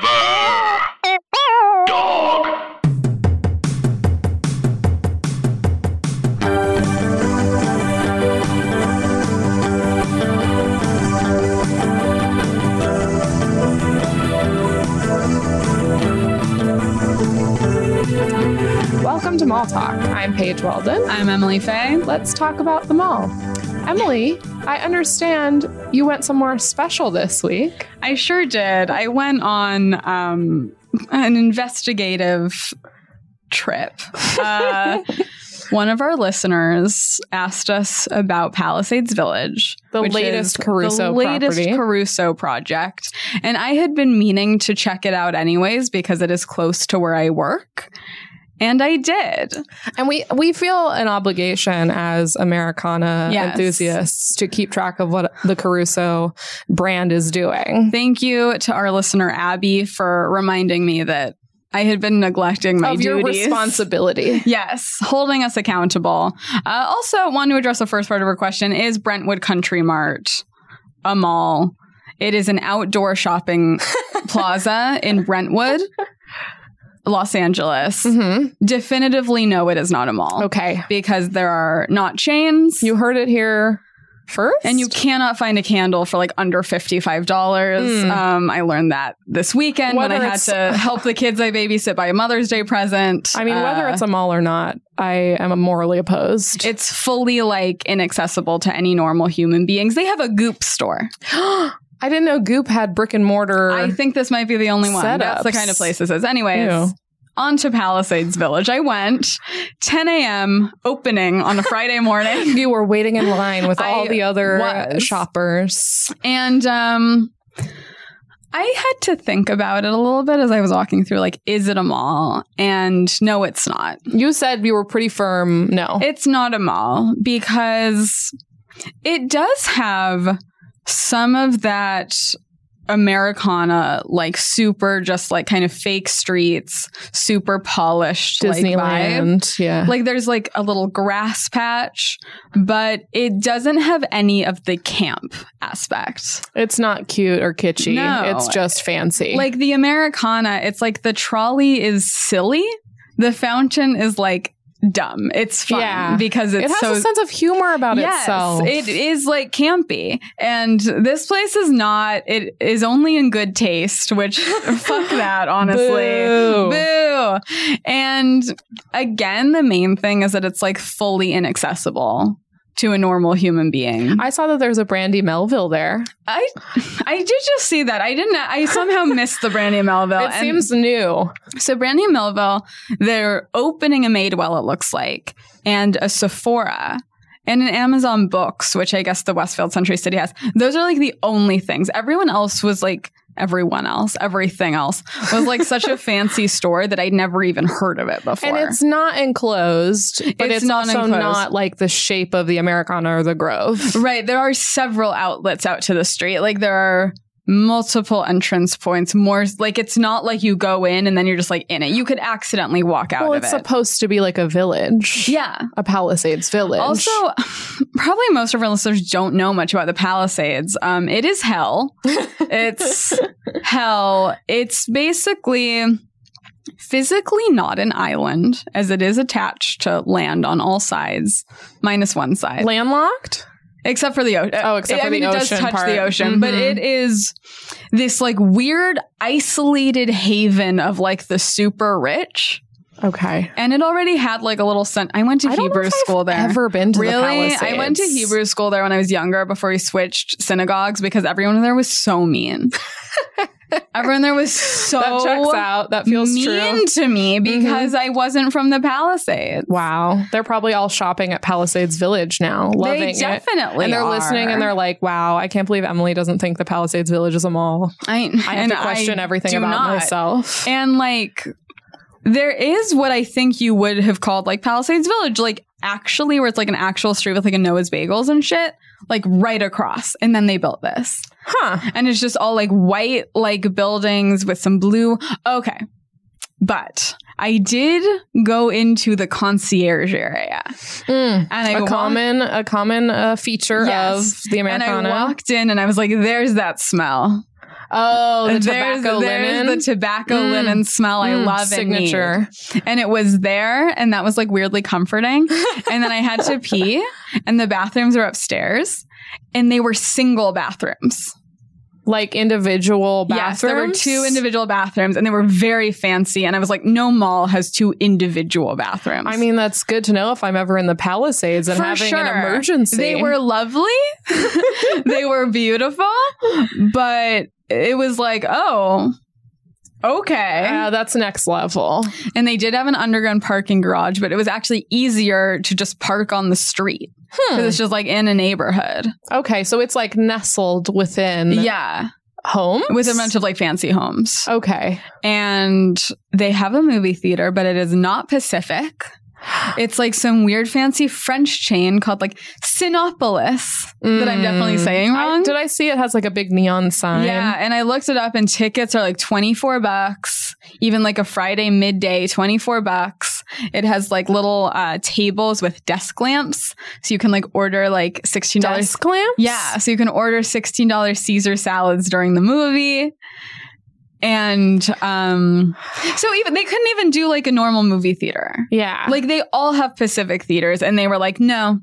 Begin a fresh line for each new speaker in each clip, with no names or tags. Forever. Dog.
Welcome to Mall Talk. I'm Paige Walden.
I'm Emily Faye.
Let's talk about the mall. Emily, I understand you went somewhere special this week.
I sure did. I went on um, an investigative trip. Uh, one of our listeners asked us about Palisades Village,
The
which is
latest Caruso
the latest
property.
Caruso project, and I had been meaning to check it out anyways because it is close to where I work. And I did.
and we we feel an obligation as Americana
Yes.
enthusiasts to keep track of what the Caruso brand is doing.
Thank you to our listener Abby for reminding me that I had been neglecting my
of your
duties.
responsibility.
Yes, holding us accountable. Uh, also, want to address the first part of her question is Brentwood Country Mart a mall? It is an outdoor shopping plaza in Brentwood, Los Angeles.
Mhm.
Definitively, no, it is not a mall
Okay.
because there are not chains.
You heard it here first.
and you cannot find a candle for like under $55.
Mm.
Um, I learned that this weekend when
Whether
I had
it's-
to help the kids I babysit buy a Mother's Day present.
I mean, whether
Uh,
it's a mall or not, I am morally opposed.
It's fully like inaccessible to any normal human beings. They have a goop store.
I didn't know Goop had brick and mortar.
I think this might be the only one. That's the
Setups.
kind of place this is. Anyways,
Ew.
on to Palisades Village. I went 10 a.m. opening on a Friday morning.
you were waiting in line with all
I
the other
was.
shoppers.
and um I had to think about it a little bit as I was walking through, like, is it a mall? And no, it's not.
You said you were pretty firm. No.
It's not a mall because it does have some of that Americana, like super, just like kind of fake streets, super polished like vibe.
Disneyland. yeah.
Like there's like a little grass patch, but it doesn't have any of the camp aspect.
it's not cute or kitschy.
No.
It's just fancy.
Like the Americana, it's like the trolley is silly, the fountain is like dumb. It's fun
Yeah.
because
it
it's
has
so
a sense of humor about itself.
It is like campy. And this place is not, it is only in good taste, which fuck that, honestly.
Boo.
Boo. And again, the main thing is that it's like fully inaccessible to a normal human being. I,
I saw that there's a Brandy Melville there.
I, did just see that. I didn't, I somehow missed the Brandy Melville.
it seems new.
So Brandy and Melville, they're opening a Madewell, it looks like, and a Sephora. And an Amazon Books, which I guess the Westfield Century City has. Those are like the only things. Everyone else was like, everyone else, everything else was like such a fancy store that I'd never even heard of it before.
And it's not enclosed, but
It's
it's,
not
also
enclosed.
not like the shape of the Americana or the Grove.
right. There are several outlets out to the street. Like there are multiple entrance points, more like it's not like you go in and then you're just like in it. You could accidentally walk out
Well,
of
it's
it.
supposed to be like a village.
yeah.
A Palisades village.
Also, probably most of our listeners don't know much about the Palisades. Um, it is hell. It's hell. It's basically physically not an island, as it is attached to land on all sides, minus one side,
landlocked?
except for the ocean.
Oh, except
I
for
mean,
the
it does
ocean
touch
part.
the ocean, but
Mhm.
it is this like weird, isolated haven of like the super rich.
Okay.
And it already had like a little sun. I went to
I don't know
Hebrew
if I've
school there.
Ever been to the
Really?
Palisades?
I went to Hebrew school there when I was younger before we switched synagogues because everyone there was so mean. everyone there was so
That checks out. That feels
mean
true. Mm-hmm.
to me because I wasn't from the Palisades.
Wow. They're probably all shopping at Palisades Village now, loving
they
it.
definitely
And they're
are.
listening and they're like, wow, I can't believe Emily doesn't think the Palisades Village is a mall. I
I,
have
and
to question
I
everything
do
about
not.
myself.
And like there is what I think you would have called like Palisades Village, like actually where it's like an actual street with like a Noah's bagels and shit, like right across. And then they built this.
huh.
and it's just all like white like buildings with some blue. Okay. But I did go into the concierge area
Mm.
and I
A
walked-
common, a common uh, feature
Yes.
of the
and I
Americana.
walked in and I was like, there's that smell.
Oh, the
there's,
tobacco
there's
linen.
the tobacco
Mm.
linen smell I
Mm,
love and need.
signature.
And it was there, and that was like weirdly comforting. and then I had to pee, and the bathrooms are upstairs, and they were single bathrooms.
Like individual bathrooms.
Yes, there were two individual bathrooms, and they were very fancy. And I was like, no mall has two individual bathrooms.
I mean, that's good to know if I'm ever in the Palisades and
For
having an
sure.
emergency.
They were lovely. they were beautiful, but it was like, oh, okay.
Uh, that's next level.
and they did have an underground parking garage, but it was actually easier to just park on the street
Hmm.
because it's just like in a neighborhood.
Okay, so it's like nestled within
Yeah,
home
with a bunch of like fancy homes.
Okay.
And they have a movie theater, but it is not Pacific. It's like some weird fancy French chain called like Sinopolis that I'm definitely
Mm.
saying wrong.
I, did I see it has like a big neon sign?
Yeah, and I looked it up and tickets are like 24 bucks, even like a Friday midday, 24 bucks. It has like little uh tables with desk lamps so you can like order like $16
Desk lamps?
Yeah, so you can order $16 Caesar salads during the movie. And um so even they couldn't even do like a normal movie theater.
Yeah.
Like they all have Pacific theaters and they were like, "No.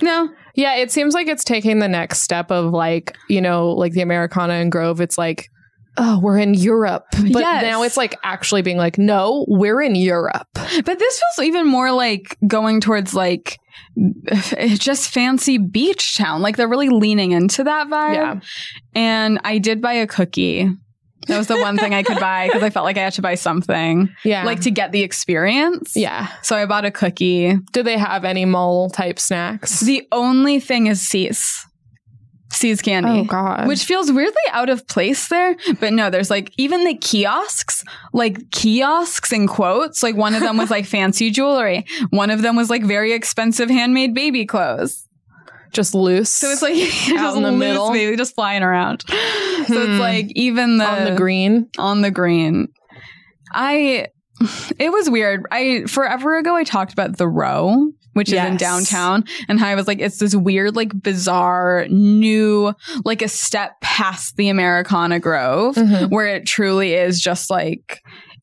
No.
yeah, it seems like it's taking the next step of like, you know, like the Americana and Grove. It's like, oh, we're in Europe. But
Yes.
now it's like actually being like, no, we're in Europe.
But this feels even more like going towards like just fancy beach town. Like they're really leaning into that vibe.
Yeah.
And I did buy a cookie. That was the one thing I could buy because I felt like I had to buy something
Yeah.
like to get the experience.
yeah.
So I bought a cookie.
Do they have any mall type snacks?
The only thing is C's. C's candy.
oh, God.
Which feels weirdly out of place there. But no, there's like even the kiosks, like kiosks in quotes. Like one of them was like fancy jewelry. One of them was like very expensive handmade baby clothes.
just loose.
So it's like just
in the
loose
middle.
baby, just flying around. So
Hmm.
it's like even the
on the green.
on the green. I it was weird. I forever ago I talked about the row, which is in
Yes.
downtown, and how I was like, it's this weird, like bizarre new, like a step past the Americana Grove,
Mhm.
where it truly is just like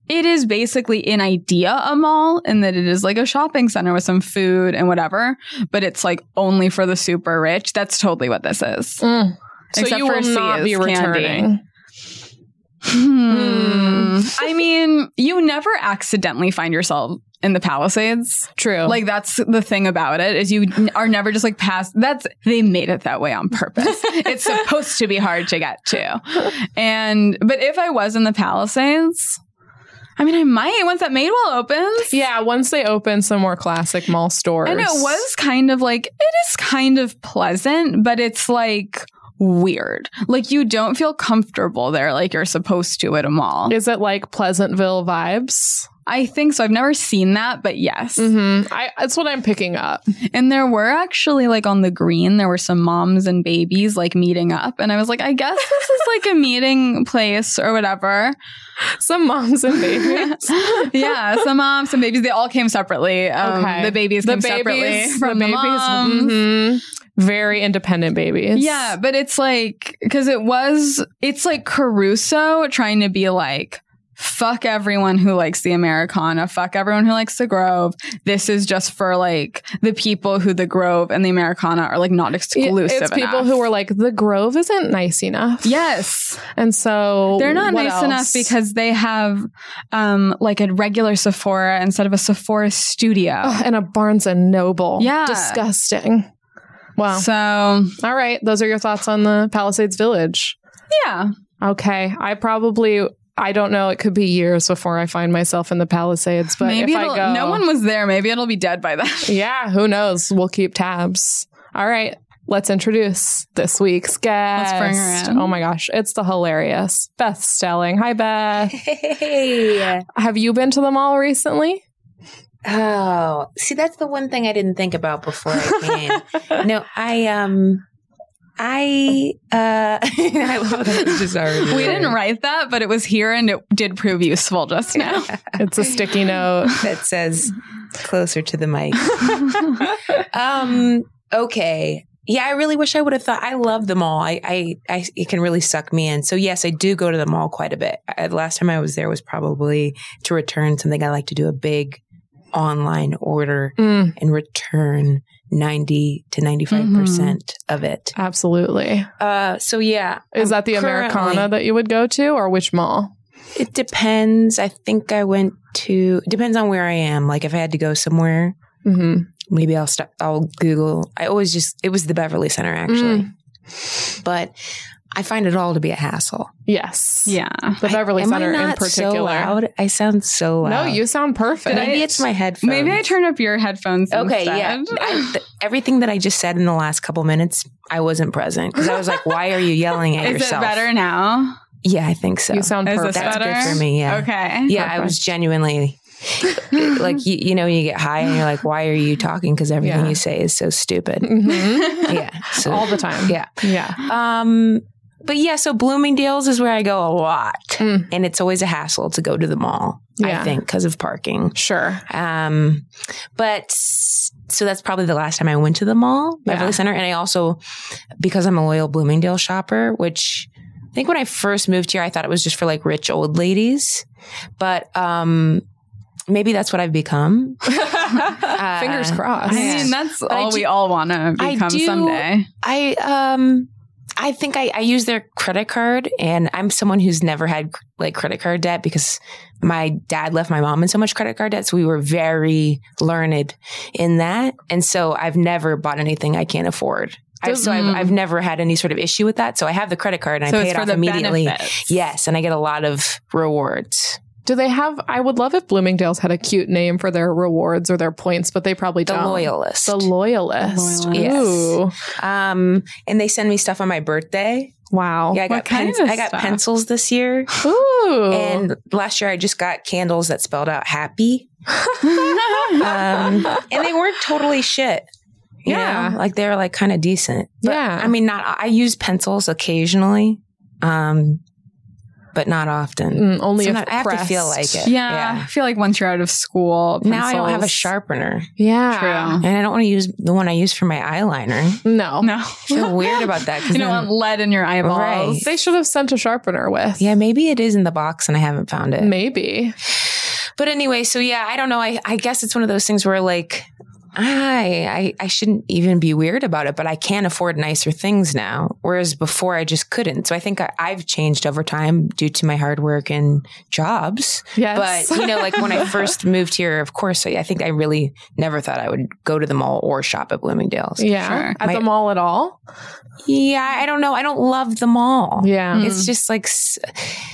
it is basically in idea a mall and that it is like a shopping center with some food and whatever, but it's like only for the super rich. That's totally what this is.
Mm. So
Except
you
for
will not
Sears
be
candy.
returning.
Hmm. I mean, you never accidentally find yourself in the Palisades.
True.
Like that's the thing about it is you n- are never just like past. That's they made it that way on purpose. it's supposed to be hard to get to. And but if I was in the Palisades, I mean, I might once that Madewell opens.
yeah, once they open some more classic mall stores.
And it was kind of like, it is kind of pleasant, but it's like weird. Like you don't feel comfortable there like you're supposed to at a mall.
Is it like Pleasantville vibes?
I think so. I've never seen that, but yes.
Mm-hmm. I, that's what I'm picking up.
And there were actually like on the green, there were some moms and babies like meeting up. And I was like, I guess this is like a meeting place or whatever.
Some moms and babies.
yeah, some moms, some babies. They all came separately. Um,
Okay.
The babies
the
came
babies,
separately from
the
the,
babies,
moms.
mhm. very independent babies.
Yeah, but it's like because it was it's like Caruso trying to be like fuck everyone who likes the Americana, fuck everyone who likes the Grove. This is just for like the people who the Grove and the Americana are like not
Yeah,
exclusive.
It's people
enough.
who were like, the Grove isn't nice enough.
yes,
And so
they're not
Oh, what
nice enough
else?
because they have um like a regular Sephora instead of a Sephora studio.
Ugh, and a Barnes and Noble.
Yeah.
Disgusting. Wow.
So
All right. Those are your thoughts on the Palisades Village.
yeah,
Okay. I probably, I don't know. It could be years before I find myself in the Palisades, but
maybe
if I
it'll-
go,
no one was there. Maybe it'll be dead by then.
yeah, who knows? We'll keep tabs. All right. Let's introduce this week's guest.
bring her in.
Oh my gosh. It's the hilarious Beth Stelling. Hi, Beth.
Hey.
Have you been to the mall recently?
Oh, see, that's the one thing I didn't think about before I came. no, I um, I uh, I love that it's just already
We
there.
didn't write that, but it was here and it did prove useful just now.
It's a sticky note.
that says closer to the mic. um, okay, Yeah, I really wish I would have thought. I love the mall. I, I, I, it can really suck me in. So yes, I do go to the mall quite a bit. I, the last time I was there was probably to return something. I like to do a big online order
Mm,
and return ninety to ninety five percent of it.
absolutely.
Mm-hmm. Uh, so yeah,
Is that the
currently-
Americana that you would go to, or which mall?
It depends. I think I went to. Depends on where I am. Like if I had to go somewhere,
hmm
maybe I'll stop. I'll Google. I always just. It was the Beverly Center actually, but I find it all to be a hassle.
Yes.
Yeah.
The Beverly
I, am
Center
I not
in particular.
So loud. I sound so
No,
loud.
you sound perfect.
Did I-
Maybe it's my headphones.
Maybe I turned up your headphones.
Okay,
instead.
yeah. I, th- everything that I just said in the last couple minutes, I wasn't present because I was like, "Why are you yelling at
Is
yourself?"
it better now?
Yeah, I think so.
You sound
Is this
perfect.
That's
better?
good for me. Yeah.
Okay.
Yeah, I was genuinely like you, you know you get high and you're like why are you talking because everything
Yeah.
you say is so stupid
Mhm.
yeah so
All the time.
yeah
Yeah.
um but yeah so bloomingdale's is where i go a lot
Mm.
and it's always a hassle to go to the mall
Yeah.
i think because of parking
Sure.
um but so that's probably the last time i went to the mall
Yeah.
beverly center and i also because i'm a loyal bloomingdale shopper which i think when i first moved here i thought it was just for like rich old ladies but um maybe that's what i've become Uh,
Fingers crossed.
I
Yeah.
mean, that's
I
all
do-
we all want to
I
become
do-
someday.
I um I think I, I use their credit card and I'm someone who's never had like credit card debt because my dad left my mom in so much credit card debt. So we were very learned in that. And so I've never bought anything I can't afford. I've,
Does-
so I've,
mm.
I've never had any sort of issue with that. So I have the credit card and
so
I pay
it's
it
for
off
the
immediately.
benefits.
Yes. And I get a lot of rewards.
Do they have? I would love if Bloomingdale's had a cute name for their rewards or their points, but they probably
The
don't.
loyalist.
The loyalist.
The loyalist.
Ooh.
um, and they send me stuff on my birthday.
Wow.
Yeah, I got,
Oh, kind
pens-
of
I got
stuff?
pencils this year.
Ooh.
And last year I just got candles that spelled out happy. Um, and they weren't totally shit. you
Yeah.
know? Like they were like kind of decent. But,
Yeah.
I mean, not, I use pencils occasionally, um, but not often.
Mm, only if
Sometimes I have to feel
pressed.
like it.
yeah, I feel like once you're out of school,
Mm,
Now I don't have a
pencils-
sharpener
Yeah.
and I don't want to use the one I use for my eyeliner.
No.
No,
I feel weird about that. 'cause
you don't
then-
want lead in your eyeballs.
Right.
They should have sent a sharpener with.
yeah, maybe it is in the box and I haven't found it.
Maybe.
But anyway, so yeah, I don't know. I, I guess it's one of those things where like I, I I shouldn't even be weird about it, but I can afford nicer things now. Whereas before I just couldn't. So I think I, I've changed over time due to my hard work and jobs.
Yes.
But you know, like when I first moved here, of course, I, I think I really never thought I would go to the mall or shop at Bloomingdale's.
yeah.
Sure.
At
My-
the mall at all.
Yeah, I don't know. I don't love the mall. Mm.
Yeah.
It's just like s-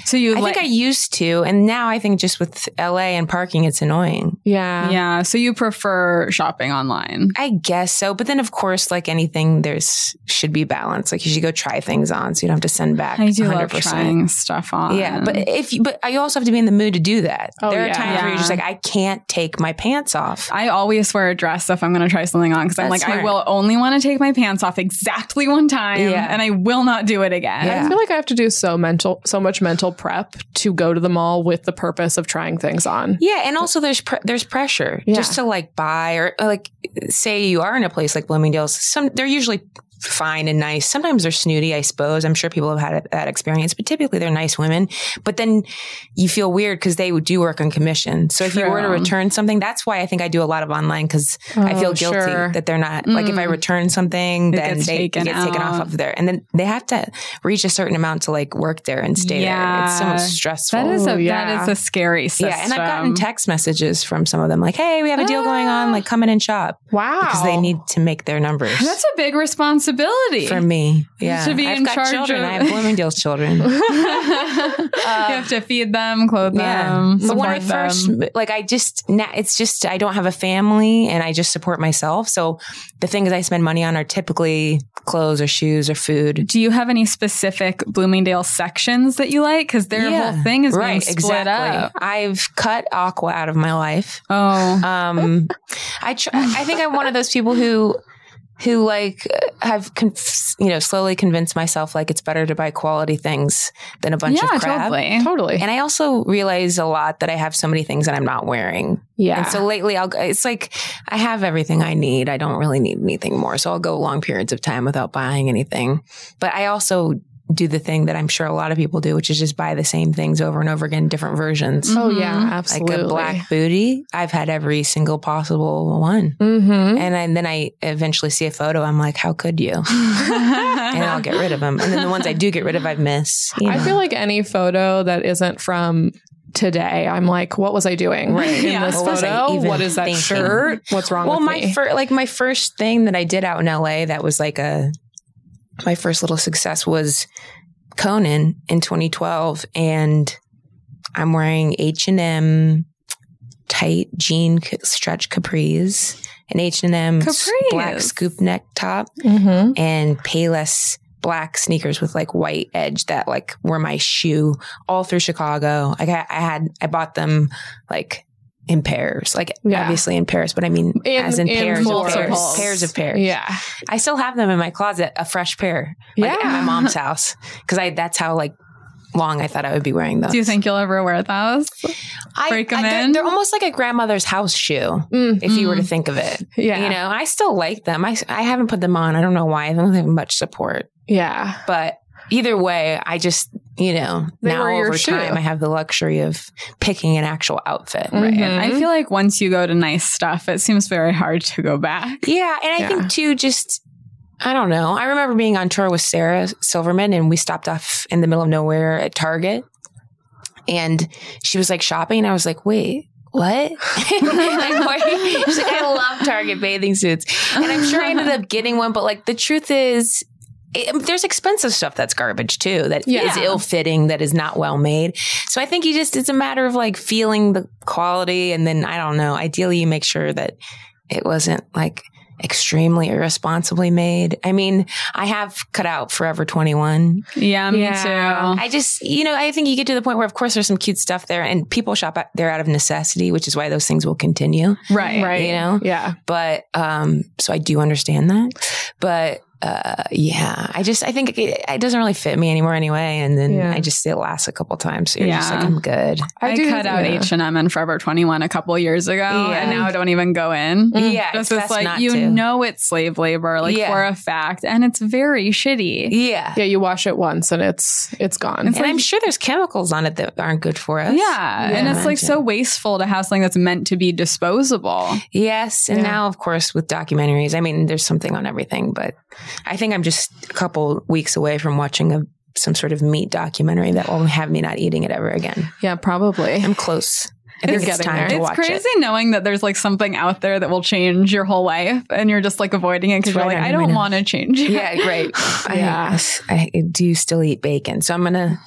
So you,
I
like,
think I used to, and now I think just with LA and parking, it's annoying.
Yeah.
yeah. So you prefer shopping online.
I guess so. But then, of course, like anything, there's should be balance. Like you should go try things on, so you don't have to send back.
I do love
100%.
trying stuff on.
Yeah, but if you, but you also have to be in the mood to do that.
Oh,
there are
yeah.
times where you're just
Yeah.
like, I can't take my pants off.
I always wear a dress if I'm going to try something on because I'm like,
That's
I
smart.
will only want to take my pants off exactly one time,
Yeah.
and I will not do it again.
I
Yeah.
feel like I have to do so mental, so much mental prep to go to the mall with the purpose of trying things on.
Yeah, and also there's pre- there's pressure
Yeah.
just to like buy or or, like say you are in a place like Bloomingdale's. Some they're usually fine and nice. Sometimes they're snooty, I suppose. I'm sure people have had that experience, but typically they're nice women. But then you feel weird because they do work on commission. So if you were to
True.
return something, that's why I think I do a lot of online because I
Oh,
feel guilty
sure.
that they're not like if I
Mm.
return something,
It
then
gets
they it
taken
gets taken off
out.
of there, and then they have to reach a certain amount to like work there and stay there. It's so
Yeah.
much stressful.
That is
Oh,
a
yeah.
that is a scary system.
Yeah, and I've gotten text messages from some of them like, "Hey, we have a deal going on. Like, come in and shop
Wow.
because they need to make their numbers."
That's a big responsibility.
for me.
You
Yeah,
should be
I've
in
got
charge
children.
of-
I have Bloomingdale's children.
you have to feed them, clothe
Yeah,
them,
but when I
Um, support them.
first like, I just now it's just I don't have a family and I just support myself. So the things I spend money on are typically clothes or shoes or food.
Do you have any specific Bloomingdale sections that you like? Because their
Yeah.
whole thing is being
right,
split
exactly.
up.
I've cut Aqua out of my life.
Oh,
Um, I tr- I think I'm one of those people who who like have conf- you know slowly convinced myself like it's better to buy quality things than a bunch
yeah,
of crap.
totally.
Totally.
And I also realize a lot that I have so many things that I'm not wearing.
yeah.
And so lately, I'll. go- It's like I have everything I need. I don't really need anything more. So I'll go long periods of time without buying anything. But I also do the thing that I'm sure a lot of people do, which is just buy the same things over and over again, different versions.
oh yeah,
Mhm.
absolutely.
mm-hmm, Like a black booty, I've had every single possible one.
Mm-hmm.
And, I, then I eventually see a photo. I'm like, how could you? And I'll get rid of them. And then the ones I do get rid of, Uh-huh. I miss. you
I
know.
feel like any photo that isn't from today, I'm like, what was I doing
Right.
in
Yeah.
this
What was I
photo?
even
What is that
thinking?
shirt? What's wrong
well,
with
my
me?
fir- like my first thing that I did out in LA that was like a my first little success was Conan in 2012, and I'm wearing H and M tight jean c- stretch capris, an H and M black
Capris.
scoop neck top,
mm-hmm.
and Payless black sneakers with like white edge that like were my shoe all through Chicago. Like I, I had, I bought them like in pairs, like
Yeah.
obviously in pairs, but I mean
In-
as in,
in
pairs, of pairs,
multiples.
pairs of pairs.
Yeah.
I still have them in my closet, a fresh pair, like
Yeah.
at my mom's house, because I that's how like long I thought I would be wearing them.
Do you think you'll ever wear those?
I,
break 'em
I- they're-
in?
They're almost like a grandmother's house shoe,
Mm.
if you were to
Mm.
think of it.
Yeah.
You know, I still like them. I I haven't put them on. I don't know why. I don't have much support.
yeah.
But either way, I just, you know,
They
now
were your
over
shoe.
time, I have the luxury of picking an actual outfit.
Mhm.
I feel like once you go to nice stuff, it seems very hard to go back.
Yeah. And I
Yeah.
think, too, just, I don't know. I remember being on tour with Sarah Silverman and we stopped off in the middle of nowhere at Target. And she was like shopping. And I was like, wait. What? like, why- She's like, I love Target bathing suits. And I'm sure I ended up getting one, but like the truth is, it, um, there's expensive stuff that's garbage too, that is
Yeah.
ill fitting, that is not well made. So I think you just, it's a matter of like feeling the quality. And then I don't know, ideally you make sure that it wasn't like extremely irresponsibly made. I mean, I have cut out Forever 21.
Yeah, me
Yeah.
too.
I just, you know, I think you get to the point where, of course, there's some cute stuff there and people shop out there out of necessity, which is why those things will continue.
Right.
Right.
You know?
Yeah.
but um so i do understand that but uh yeah i just i think it, it doesn't really fit me anymore anyway and then
Yeah.
i just it lasts a couple times so you're just
Yeah.
like i'm good
I,
do-
cut out
yeah.
H and M and Forever Twenty One a couple years ago,
Yeah.
and now I don't even go in.
Mm.
yeah
This
it's
is
best
like
not
you
to.
know it's slave labor, like
Yeah.
for a fact, and it's very shitty.
yeah
Yeah. You wash it once and it's it's gone.
It's
and
like-
i'm sure there's chemicals on it that aren't good for
Yeah,
us
and it's like
Imagine.
so wasteful to have something that's meant to be disposable.
yes and
Yeah.
now of course with documentaries i mean there's something on everything but i think i'm just a couple weeks away from watching a some sort of meat documentary that will have me not eating it ever again
yeah, probably.
i'm close I
You're
think it's
getting
time
there.
to
It's
watch it.
crazy knowing that there's like something out there that will change your whole life, and you're just like avoiding it because
It's
you're
right
like,
under
I
my
don't
nose.
want to change. it.
Yeah, great.
Yeah.
I, I, do still eat bacon, so I'm gonna.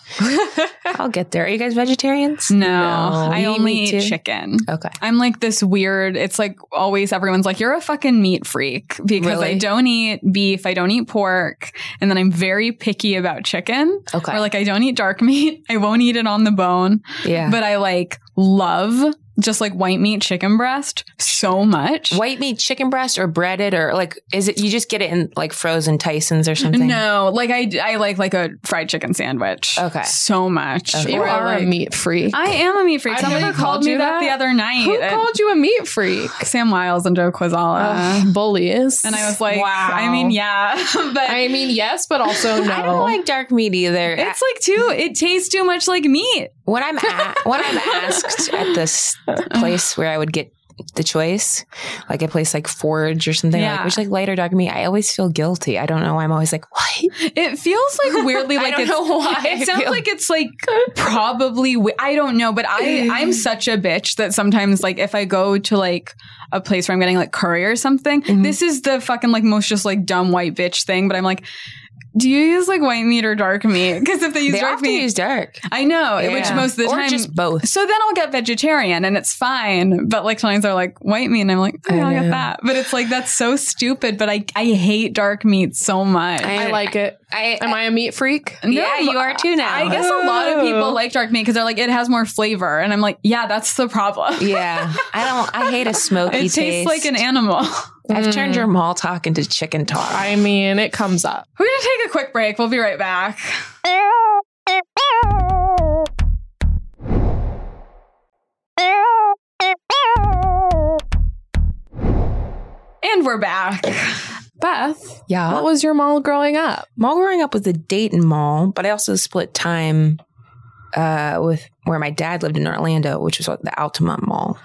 I'll get there. Are you guys vegetarians?
No,
No.
I
You
only
need
eat
to-
chicken.
Okay.
I'm like this weird. It's like always everyone's like, you're a fucking meat freak because I
Really?
don't eat beef, I don't eat pork, and then I'm very picky about chicken.
Okay.
Or like I don't eat dark meat, I won't eat it on the bone,
yeah.
but I like love just like white meat chicken breast so much.
White meat, chicken breast, or breaded, or like, is it you just get it in like frozen Tyson's or something?
No, like I, I like like a fried chicken sandwich.
Okay.
so much.
Okay.
you
Or,
are
like-
a meat freak.
I am a meat freak.
I've
Somebody
never
called,
called
me
you
that,
that.
the other night.
Who
at
called you a meat freak?
Sam Wiles and Joe Quazala.
Ugh, bullies.
And I was like,
Wow.
I mean, yeah, but
I mean, yes, but also no.
I don't like dark meat either.
it's like too. It tastes too much like meat.
when I'm a- when I'm asked at this place where I would get the choice, like a place like Forge or something,
Yeah.
like which like light or dark meat, I always feel guilty. I don't know why I'm always like, what?
It feels like weirdly
I
like
don't
it's.
know why. I
It sounds
feel-
like it's like probably wi- I don't know, but I I'm such a bitch that sometimes like if I go to like a place where I'm getting like curry or something,
Mhm.
this is the fucking like most just like dumb white bitch thing. But I'm like, do you use like white meat or dark meat? Because if they use
they
dark
often
meat,
use dark,
I know, which
Yeah.
most of the
or
time
just both.
So then I'll get vegetarian and it's fine. But like sometimes they're like white meat and I'm like,
I
oh, I'll get
know.
that. But it's like, that's so stupid. But I, I hate dark meat so much.
I-
I like it. Am I a meat freak?
yeah, you are too now.
I guess a lot of people
Oh.
Ooh.
like dark meat because they're like, it has more flavor. And I'm like, yeah, that's the problem.
Yeah, I don't. I hate a smoky
It tastes
taste.
like an animal.
I've turned
Mm.
your mall talk into chicken talk.
I mean, it comes up.
We're going to take a quick break. We'll be right back. And we're back.
Beth,
yeah.
what was your mall growing up?
mall growing up was the Dayton Mall, but I also split time uh, with where my dad lived in Orlando, which was like the Altamont Mall.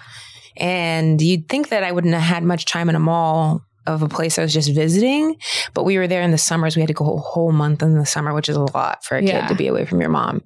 And you'd think that I wouldn't have had much time in a mall of a place I was just visiting, but we were there in the summers. We had to go a whole month in the summer, which is a lot for a
Yeah.
kid to be away from your mom.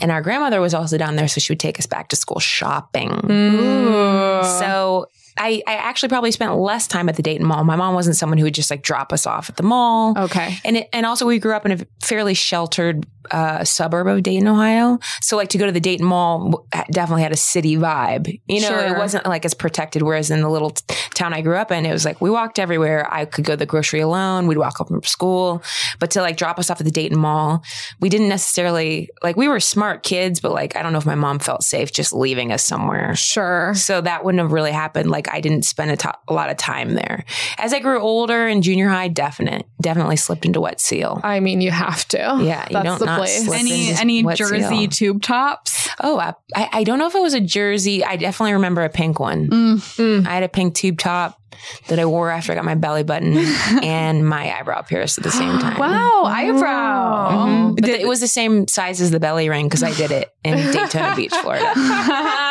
And our grandmother was also down there, so she would take us back to school shopping.
Mm.
So I, I actually probably spent less time at the Dayton Mall. My mom wasn't someone who would just like drop us off at the mall.
okay.
And it, and also we grew up in a fairly sheltered uh, suburb of Dayton, Ohio. So like to go to the Dayton Mall w- definitely had a city vibe. You know,
Sure.
it wasn't like as protected. Whereas in the little t- town I grew up in, it was like we walked everywhere. I could go to the grocery alone. We'd walk home from school. But to like drop us off at the Dayton Mall, we didn't necessarily like we were smart kids, but like I don't know if my mom felt safe just leaving us somewhere.
Sure.
So that wouldn't have really happened. Like I didn't spend a, to- a lot of time there. As I grew older in junior high, definite, definitely slipped into wet seal.
I mean, you have to.
Yeah, you
That's
don't
the
not
place.
slip
Any
Listen, just
any
what's
jersey
real?
tube tops?
Oh, I, I I don't know if it was a jersey. I definitely remember a pink one.
Mm.
Mm.
I had a pink tube top that I wore after I got my belly button and my eyebrow pierced at the same time.
Wow.
Wow, eyebrow.
Mhm. But
Did-
it was the same size as the belly ring because I did it in Daytona Beach, Florida.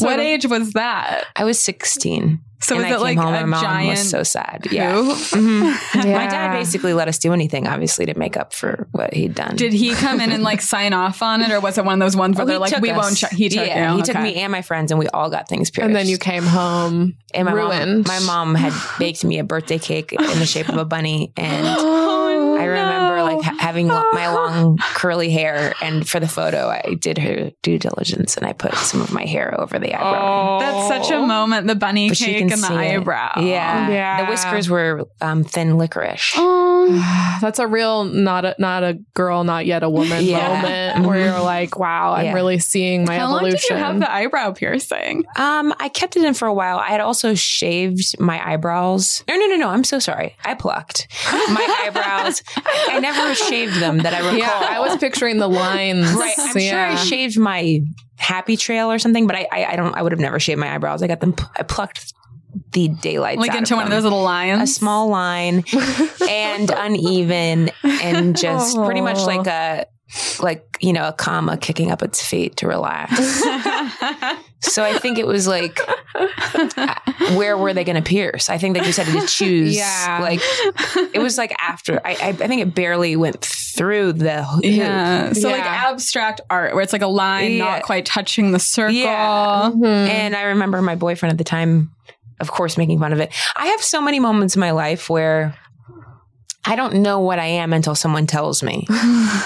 what age was that?
I was 16.
So
and
was
I
it
came
like
home and
a
my mom
giant
was so sad.
poo?
Yeah. Mhm. My
Yeah.
dad basically let us do anything, obviously, to make up for what he'd done.
Did he come in and like sign off on it, or was it one of those ones where
Oh,
they're like,
took
"We
us.
won't." check he took.
yeah,
you.
he took
Okay.
me and my friends, and we all got things pierced.
And then you came home
and my
ruined.
Mom, my mom had baked me a birthday cake in the shape of a bunny, and
Oh,
I remember
no.
like ha- having lo- my long curly hair. And for the photo, I did her due diligence, and I put some of my hair over the eyebrow.
That's such a moment. The bunny
But you
Oh, cake
can
and the
see it.
eyebrow.
Yeah.
Yeah.
the whiskers were um, thin licorice.
Oh.
That's a real not a not a girl, not yet a woman
Yeah.
moment
Mhm.
where you're like, wow, I'm
Yeah.
really seeing my
How long did you
evolution.
have the eyebrow piercing?
Um, I kept it in for a while. I had also shaved my eyebrows. No, no, no, no. I'm so sorry. I plucked my eyebrows. I never shaved them that I recall.
yeah, I was picturing the lines.
right. I'm
yeah.
sure I shaved my happy trail or something, but I, I, I don't. I would have never shaved my eyebrows. I got them. I plucked the daylight
Like into one of those little lions?
a small line and uneven and just pretty much
Oh.
Aw.
like a like you know a comma kicking up its feet to relax so i think it was like where were they going to pierce? I think they just had to choose.
Yeah.
Like it was like after I, I, I think it barely went through the hoop.
Yeah. So like
Yeah.
abstract art where it's like a line
Yeah.
not quite touching the circle.
Yeah.
Mhm.
And I remember my boyfriend at the time, of course, making fun of it. I have so many moments in my life where I don't know what I am until someone tells me.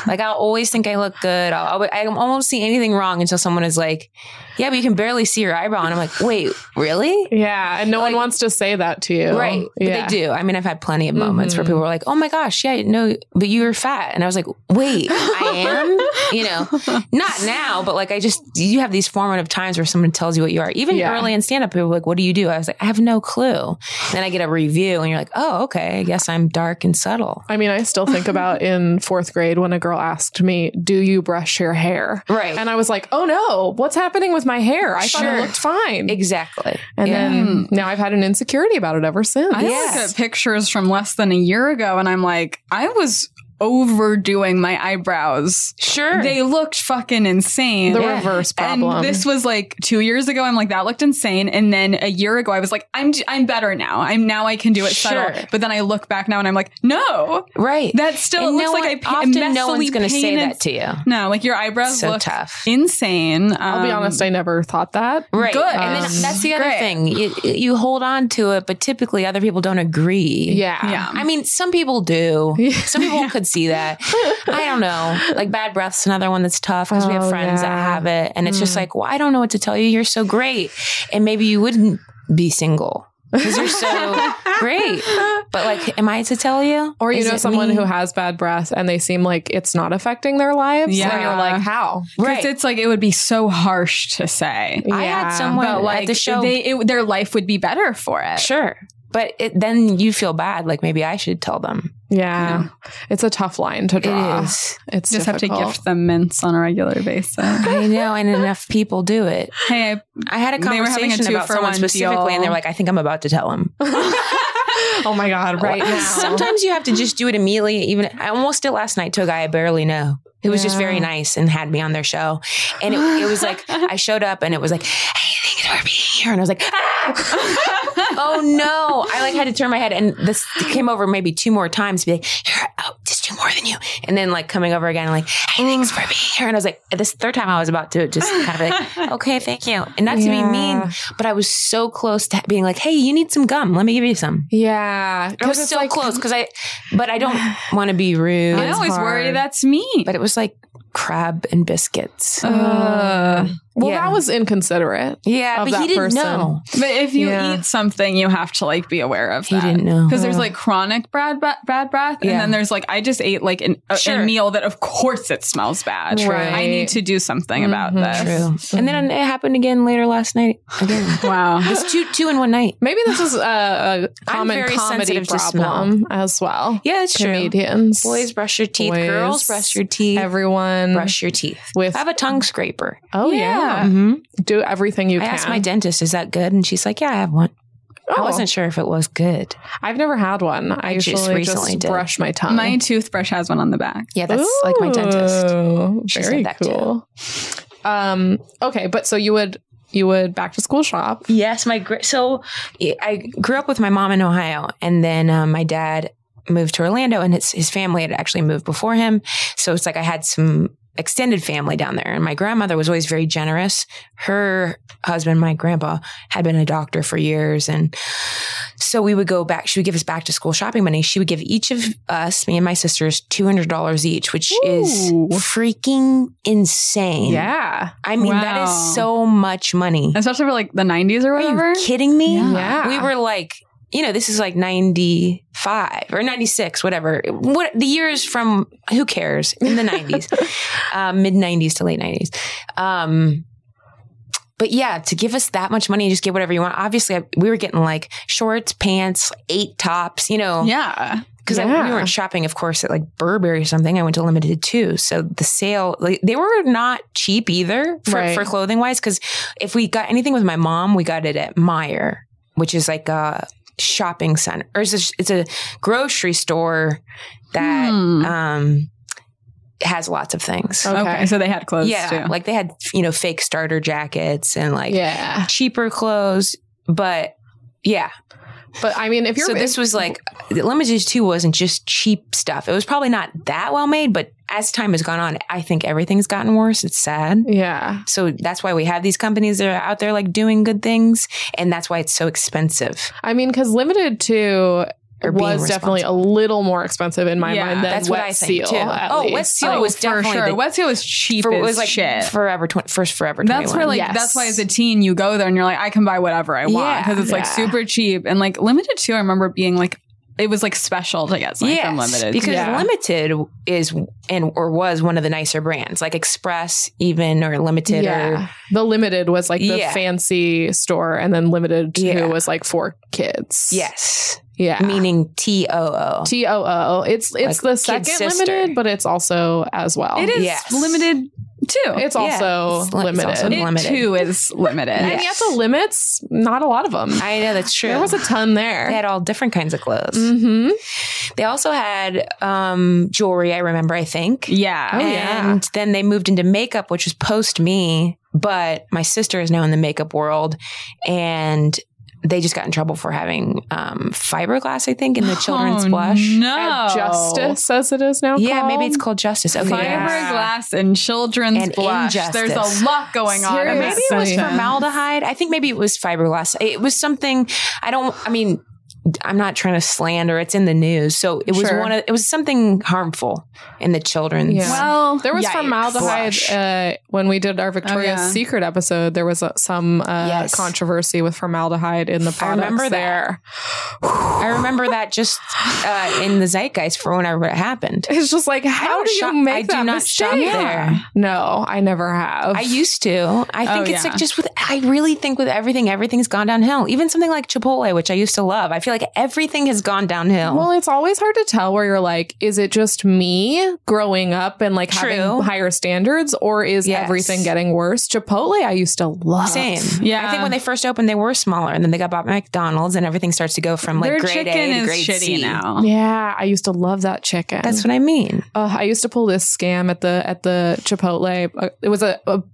like I'll always think I look good. I'll, always, I almost see anything wrong until someone is like, "Yeah, but you can barely see your eyebrow," and I'm like, "Wait, really?"
yeah, and no one
like-
wants to say that to you,
Right.
Yeah.
But they do. I mean, I've had plenty of moments where
Mm-hmm.
Mhm.
people were like, oh my gosh, yeah, no, but you were fat. And I was like, wait, I am? you know, not now, but like I just, you have these formative times where someone tells you what you are. Even
Yeah.
early in stand up, people were like, what do you do? I was like, I have no clue. Then I get a review and you're like, oh, okay, I guess I'm dark and subtle.
I mean, I still think about in fourth grade when a girl asked me, "Do you brush your hair?"
Right.
And I was like, "Oh no, what's happening with my hair? I thought it
Sure.
looked fine."
exactly.
And
Yeah.
then now I've had an insecurity about it ever since.
I look
Yes.
at pictures from less than a year ago and I'm like, I was overdoing my eyebrows.
sure.
They looked fucking insane.
the
Yeah.
reverse problem.
And this was like two years ago. I'm like, that looked insane. And then a year ago, I was like, I'm I'm better now. I'm now I can do it subtle.
Sure.
But then I look back now and I'm like, no,
right.
that still
And
looks
no
like
one-
I pa-
often no one's going to say that to you.
No, like your eyebrows
So
look
tough.
insane.
I'll be
Um,
honest, I never thought that.
Right.
Good.
And then
Um,
that's the other
great.
thing. You, you hold on to it, but typically other people don't agree.
Yeah.
yeah.
I mean, some people do.
Yeah.
Some people could see that. I don't know. Like bad breath's another one that's tough because we
Oh,
have friends
yeah. Mm.
that have it, and it's just like, well, I don't know what to tell you. You're so great, and maybe you wouldn't be single because you're so great. But like, am I to tell you?
Or you
Is
know
it
someone
me?
who has bad breath and they seem like it's not affecting their lives.
Yeah.
And you're like, how?
because
right.
it's like it would be so harsh to say.
I
Yeah.
had someone
But
at
like
the show.
they, it, their life would be better for it.
sure, But it, then you feel bad. Like maybe I should tell them.
Yeah. It's a tough line to draw.
It is.
It's
Just have to
difficult.
gift them mints on a regular basis.
I know, and enough people do it.
hey, I,
I had a
They were having a
conversation about
two for
someone
one
specifically,
deal.
and they were like, "I think I'm about to tell him."
oh my God. Right now.
Sometimes you have to just do it immediately. Even I almost did last night to a guy I barely know. Who was just
Yeah.
very nice and had me on their show, and it, it was like I showed up and it was like, "Hey, thanks for being here," and I was like, "Ah!" "Oh no!" I like had to turn my head, and this came over maybe two more times. Be like, "Here, oh, just two more than you," and then like coming over again, like, "Hey, thanks for being here," and I was like, this third time I was about to just kind of be like, "Okay, thank you," and not to be
Yeah.
mean, but I was so close to being like, "Hey, you need some gum? Let me give you some."
Yeah.
I
'Cause
was
it's
so
like-
close because I, but I don't want to be rude.
I always
hard.
worry that's me.
But it was like crab and biscuits. uh,
Ugh.
Well,
Yeah.
that was inconsiderate.
yeah,
of
but
that
he didn't
person.
know.
but if you
Yeah.
eat something, you have to like be aware of
He
that.
didn't know.
because there's
Ugh.
like chronic bad ba- bad breath,
Yeah.
and then there's like I just ate like an, a,
Sure.
a meal that of course it smells bad.
True.
I need to do something about
Mhm.
this.
True. And then it happened again later last night. Again,
Wow.
it's two two in one night.
Maybe this is a, a common
very
comedy
sensitive to smell.
problem as well.
Yeah, it's
Comedians.
true. Boys brush your teeth.
Boys.
Girls brush your teeth.
Everyone
brush your teeth.
with
I have a tongue scraper.
oh yeah.
Mm-hmm.
do everything you
I
can.
asked my dentist, "Is that good?" And she's like, "Yeah, I have one." I
Oh,
wasn't sure if it was good.
I've never had one. I,
just
usually
recently
just
did.
brush my tongue.
My toothbrush has one on the back.
Yeah, that's like my dentist.
Ooh,
She
Very
said that too.
cool. Um. Okay, but so you would you would back to school shop.
Yes, my gr- so I grew up with my mom in Ohio, and then um, my dad moved to Orlando, and his his family had actually moved before him. So it's like I had some extended family down there, and my grandmother was always very generous. Her husband, my grandpa, had been a doctor for years, and so we would go back. She would give us back to school shopping money. She would give each of us, me and my sisters, two hundred dollars each, which is
Ooh.
freaking insane.
Yeah.
I mean that
Wow.
is so much money.
Especially for like the 90s or
Are
whatever.
you kidding me?
Yeah.
Yeah.
We were like, you know, this is like 95 or 96, whatever. What the years from who cares in the 90s, uh, mid 90s to late 90s. Um, but yeah, to give us that much money and just get whatever you want. Obviously, I, we were getting like shorts, pants, eight tops, you know,
Yeah.
because we
Yeah.
weren't shopping, of course, at like Burberry or something. I went to Limited too. So the sale, like, they were not cheap either for,
Right.
for clothing wise. Because if we got anything with my mom, we got it at Meyer, which is like a shopping center or it's a, it's a grocery store that
Hmm.
um, has lots of things.
Oh,
Okay.
Okay.
So they had clothes
yeah.
too.
Like they had, you know, fake starter jackets and like
yeah.
cheaper clothes. But yeah,
But I mean, if you're
so this
if-
was like the limited two wasn't just cheap stuff. It was probably not that well made, but as time has gone on, I think everything's gotten worse. It's sad.
yeah.
So that's why we have these companies that are out there like doing good things, and that's why it's so expensive.
I mean, because limited to
Or being
was definitely a little more expensive in my
Yeah.
mind than
That's
wet
what I think,
seal.
too.
at
Oh, wet
least.
seal
Like,
was
for
definitely
sure.
the-
Wet Seal was cheap
For, it
as
was like
shit.
forever tw- first forever.
That's
21.
where like
Yes.
that's why as a teen you go there and you're like I can buy whatever I want
Yeah.
because it's like
Yeah.
super cheap and like limited too. I remember being like it was like special to get something from
Yes,
limited
because
Yeah.
limited is and or was one of the nicer brands like Express even or limited or
Yeah. The limited was like the
Yeah.
fancy store, and then limited two
Yeah.
was like for kids.
yes
Yeah.
meaning T O O
T O O. It's it's
Like
the
kid's
second
sister.
limited, but it's also as well.
It is
Yes.
limited too.
It's
Yeah,
also
it's li- it's
limited.
also
it
limited.
too is limited.
And
Yeah.
yet the limits, not a lot of them.
I know that's true.
There was a ton
They
there.
had all different kinds of clothes.
Mm-hmm.
They also had um, jewelry, I remember, I think.
yeah.
Oh, yeah.
and then they moved into makeup, which was post me, but my sister is now in the makeup world. And they just got in trouble for having um, fiberglass, I think, in the children's
Oh,
blush.
No.
Justice, as it is now.
Yeah,
called.
maybe it's called Justice. Okay.
Fiber-
yeah.
Fiberglass and children's
And
blush.
injustice.
There's a lot going on. in
Seriously.
that
Maybe it was
Yes.
formaldehyde. I think maybe it was fiberglass. It was something. I don't. I mean, I'm not trying to slander. It's in the news, so it was
Sure.
one of. It was something harmful in the children's.
Yeah.
Well,
There was
Yikes.
formaldehyde
Blush.
uh, when we did our Victoria's
yeah.
Secret episode. There was uh, some uh,
Yes.
controversy with formaldehyde in the products.
I remember that.
there.
I remember that just uh, in the zeitgeist for whenever it happened.
It's just like,
I
how
don't
do you
shop-
make
I do
that
not
mistake?
shop there.
No, I never have.
I used to. I
Oh,
think it's
yeah.
like just with. I really think with everything, everything's gone downhill. Even something like Chipotle, which I used to love. I feel like everything has gone downhill.
Well, it's always hard to tell where you're like, is it just me growing up and like
True.
having higher standards, or is
Yes.
everything getting worse? Chipotle, I used to love.
Same.
Yeah.
I think when they first opened, they were smaller, and then they got bought by McDonald's, and everything starts to go from like
Their
grade
chicken
A to
is
grade
shitty
C.
now.
Yeah, I used to love that chicken.
That's what I mean.
Ugh, I used to pull this scam at the at the Chipotle. Uh, It was a, a p-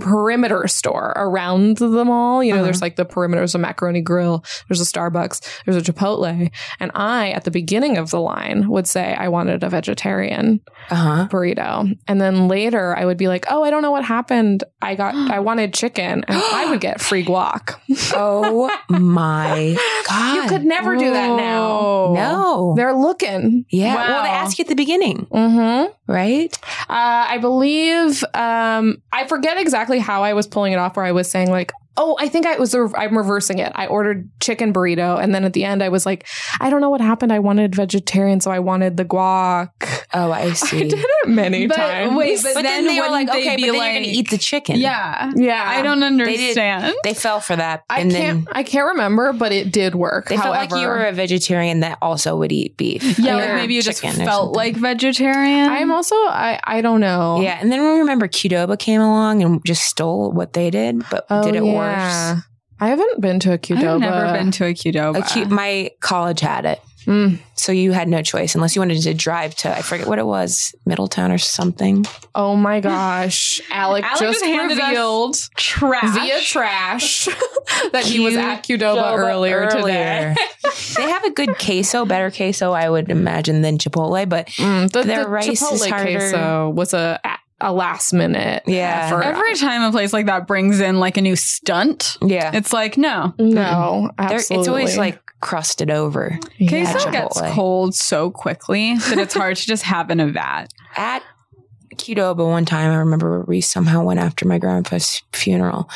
perimeter store around the mall. You know,
Uh-huh.
there's like the perimeters of Macaroni Grill. There's a Starbucks. There's a Chipotle. And I, at the beginning of the line, would say I wanted a vegetarian
Uh huh.
burrito, and then later I would be like, Oh, I don't know what happened. I got I wanted chicken, and I would get free guac.
Oh my god!
You could never do that now.
Whoa.
No.
They're looking.
yeah. Well,
Wow.
they ask you at the beginning,
Mm-hmm.
right?
Uh, I believe um, I forget exactly how I was pulling it off. Where I was saying like, "Oh, I think I was I'm reversing it. I ordered chicken burrito, and then at the end I was like, I don't know what happened. I wanted vegetarian, so I wanted the guac.
Oh, I
I
see.
did it many
But
times.
wait, but,
But then, they were like, okay, but then you're gonna eat the chicken.
Yeah.
yeah,
I don't understand.
Um, They fell for that,
I
and
can't.
then
I can't remember, but it did work.
they
However,
felt like you were a vegetarian that also would eat beef.
yeah,
or
like maybe you just
chicken or
felt
something.
like vegetarian.
I'm also. I. I don't know.
Yeah, and then we remember Qdoba came along and just stole what they did, but
Oh,
did it
yeah.
worse.
I haven't been to a Qdoba.
I've never been to a Qdoba.
A Q- my college had it,
Mm.
so you had no choice unless you wanted to drive to I forget what it was, Middletown or something.
Oh my gosh, Alec,
Alec
just
just handed us-
revealed.
trash.
via trash that he was at Qdoba earlier, today.
they have a good queso, better queso, I would imagine, than Chipotle, but
Mm, the,
Their
the
rice
Chipotle
is harder.
queso was a a last minute
Yeah.
effort.
Every time a place like that brings in like a new stunt,
yeah,
it's like no.
no,
Mm. They're-
absolutely.
it's always like crusted over.
Yeah.
Queso
Chipotle.
gets cold so quickly that it's hard to just have in a vat.
at Qdoba one time, I remember we somehow went after my grandpa's funeral,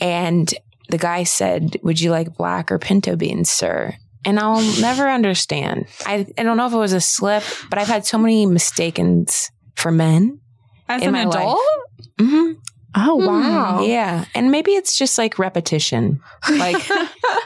and the guy said, "Would you like black or pinto beans, sir?" And I'll never understand. I, I don't know if it was a slip, but I've had so many mistakens for men.
As
In
an
my life.
adult,
hmm
oh
Hmm,
wow,
Yeah, and maybe it's just like repetition. Like,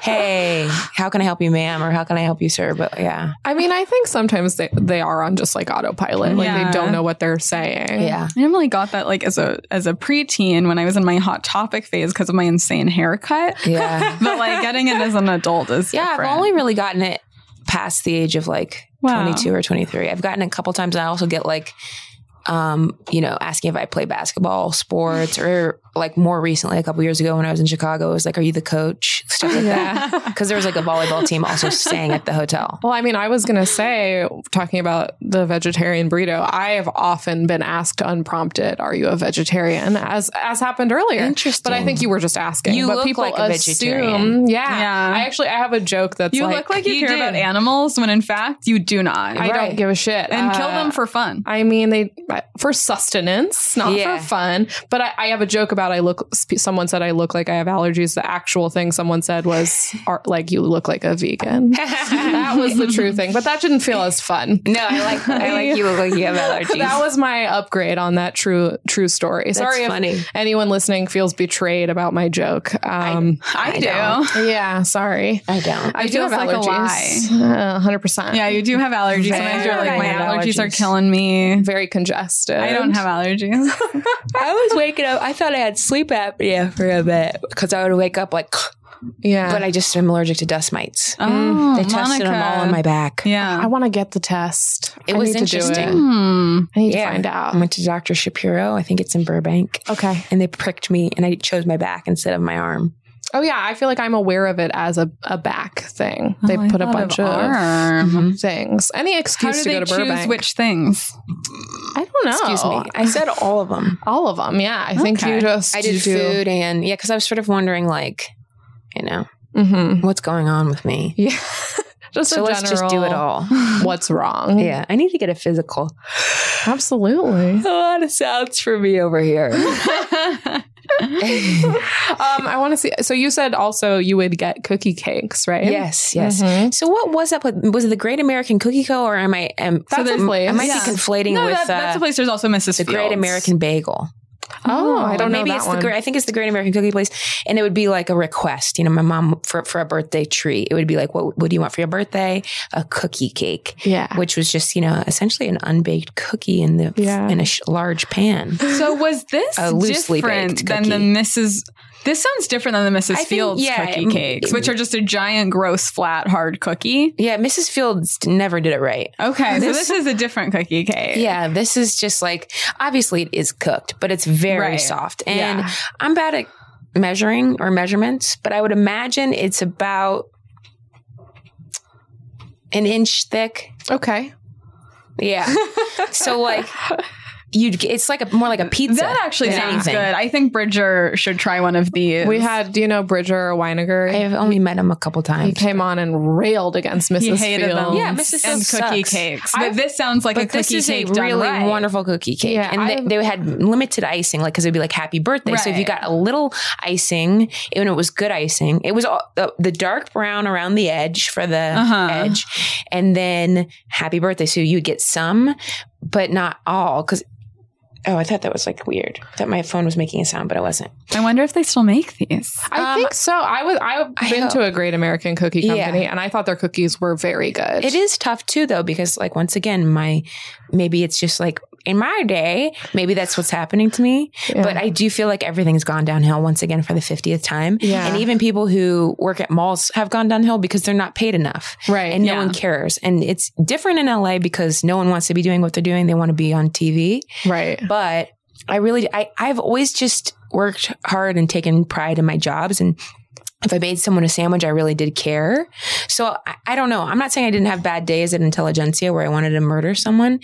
hey, how can I help you, ma'am, or how can I help you, sir? But yeah,
I mean, I think sometimes they they are on just like autopilot, like
Yeah.
they don't know what they're saying.
yeah,
I only got that like as a as a preteen when I was in my hot topic phase because of my insane haircut.
yeah,
But like getting it as an adult is
yeah. I've
different.
only really gotten it past the age of like
Wow.
22 or 23. I've gotten it a couple times. And I also get like, um, you know, asking if I play basketball, sports, or like more recently, a couple years ago when I was in Chicago, it was like, are you the coach? Stuff like that. Because there was like a volleyball team also staying at the hotel.
Well, I mean, I was going to say, talking about the vegetarian burrito, I have often been asked unprompted, "Are you a vegetarian?" as as happened earlier.
Interesting.
But I think you were just asking.
You
but
look
people
like a
assume,
vegetarian.
Yeah,
Yeah.
I actually I have a joke that's
You
like,
look like you,
you do.
care about animals when in fact you do not.
I
Right.
don't give a shit
and kill
Uh,
them for fun.
I mean, they for sustenance, not
Yeah.
for fun. But I, I have a joke about I look. sp- Someone said I look like I have allergies. The actual thing someone said was, are, "Like you look like a vegan." that was the true thing, but that didn't feel as fun.
No, I like, I like you look like you have allergies.
that was my upgrade on that true true story.
That's
Sorry if
funny.
anyone listening feels betrayed about my joke. Um,
I, do.
don't.
yeah, sorry.
I don't.
I
It
do have
feels like a
allergies. Uh, Hundred percent.
Yeah, you do have allergies. Sometimes you're like,
Very.
my
I have
allergies, are
allergies.
killing me.
very congested.
I don't have allergies.
I was waking up. I thought I had sleep apnea for a bit because I would wake up like,
Yeah,
but I just am allergic to dust mites.
Oh,
Mm, they tested them all on my ah, back.
I
Yeah.
want to get the test.
It
I
was
need to do
interesting.
Hmm.
I need
Yeah. Mm.
to find
I
out.
went to Dr. Shapiro. I think it's in Burbank.
Okay.
and they pricked me and I chose my back instead of my arm.
Oh yeah, I feel like I'm aware of it as a, a back thing. They
Oh, I
put a
thought
bunch of,
arm.
Mm-hmm.
things. Any
How
excuse
do
to
they
go to
choose
Burbank.
which things?
I don't know.
Excuse me. I said all of them.
all of them. Yeah, I think
Okay.
you just
Oh. I did
do.
food and yeah, because I was sort of wondering like, you know,
hmm
what's going on with me.
Yeah. just
So
a
let's just do it
general
all.
What's wrong?
Yeah, I need to get a physical.
absolutely.
A lot of sounds for me over here. yes,
Um, I want to see. So you said also you would get cookie cakes, right?
yes.
Mhm.
So what was up with was it the Great American Cookie Co. or am I am
That's a
am,
place.
I might
Yeah.
be conflating
no,
with
that, that's
uh,
a place. There's also Mrs.
the Great
Fields.
American Bagel?
Oh, I don't know
maybe
that
it's
one.
the great. I think it's the Great American Cookie Place, and it would be like a request. You know, my mom for for a birthday treat, it would be like, what What do you want for your birthday? A cookie cake,
yeah.
which was just you know essentially an unbaked cookie in the
Yeah.
in a sh- large pan.
So was this
A loosely
different
baked
than the
cookie.
Mrs. This sounds different than the Mrs.
I think-
Fields
yeah,
cookie
it-
cakes, which are just a giant, gross, flat, hard cookie.
Yeah, Mrs. Fields never did it right.
Okay, so
This-
this is a different cookie
Eh.
cake.
Yeah, this is just like obviously it is cooked, but it's very
Right.
soft.
Yeah.
And I'm bad at measuring or measurements, but I would imagine it's about an inch thick.
Okay.
Yeah. so like you it's like a more like a pizza.
that actually
than
sounds
anything.
good. I think Bridger should try one of these.
We had, do you know, Bridger Weiniger.
I've only met him a couple
He
times.
came on and railed against Mrs.
he hated
Fields.
them.
Yeah, Mrs.
and
Fields
cookie
sucks.
cakes.
I've-
But this sounds like a
But
cookie
this is a
cake done
really
right.
wonderful cookie cake,
Yeah, I've-
and they, they had limited icing, like because it'd be like happy birthday. So if you
Right.
got a little icing, and it was good icing, it was all, the, the dark brown around the edge for the
Uh-huh.
edge, and then happy birthday. So you would get some, but not all, because. Oh, I thought that was like weird that my phone was making a sound, but it wasn't.
I wonder if they still make these.
I
Um,
think so. I was I've
I
been
hope-
to a great American cookie
Yeah.
company and I thought their cookies were very good.
It is tough too, though, because like once again, my maybe it's just like in my day, maybe that's what's happening to me.
Yeah.
But I do feel like everything's gone downhill once again for the 50th time.
Yeah.
And even people who work at malls have gone downhill because they're not paid enough
right.
and
Yeah.
no one cares. And it's different in LA because no one wants to be doing what they're doing. They want to be on TV.
right.
But I really, I, I've always just worked hard and taken pride in my jobs. And if I made someone a sandwich, I really did care. So I, I don't know. I'm not saying I didn't have bad days at Intelligentsia where I wanted to murder someone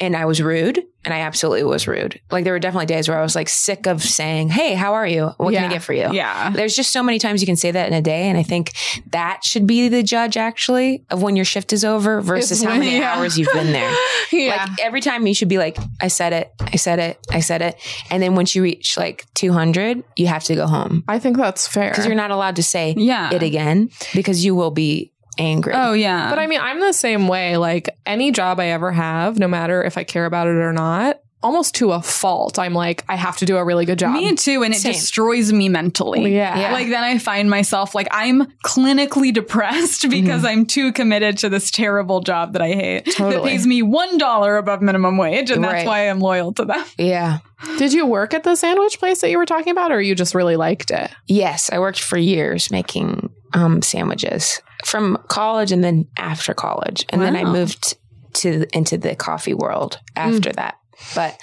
and I was rude. And I absolutely was rude. Like there were definitely days where I was like sick of saying, Hey, how are you? What can
Yeah.
I get for you?
Yeah.
There's just so many times you can say that in a day. And I think that should be the judge actually of when your shift is over versus how
when-
many
yeah.
hours you've been there.
Yeah.
Like every time you should be like, I said it, I said it, I said it. And then once you reach like 200, you have to go home
I think that's fair.
because you're not allowed to say
Yeah.
it again because you will be angry.
Oh yeah.
But I mean, I'm the same way. Like any job I ever have, no matter if I care about it or not, almost to a fault, I'm like, I have to do a really good job.
Me too, and it
Same.
destroys me mentally.
Yeah. Yeah.
Like then I find myself like I'm clinically depressed
Mm-hmm.
because I'm too committed to this terrible job that I hate that
Totally.
pays me one dollar above minimum wage, and that's
Right.
why I'm loyal to them.
Yeah.
Did you work at the sandwich place that you were talking about, or you just really liked it?
Yes. I worked for years making um, sandwiches from college and then after college. And then I
Wow.
moved to into the coffee world
Mm.
after that. But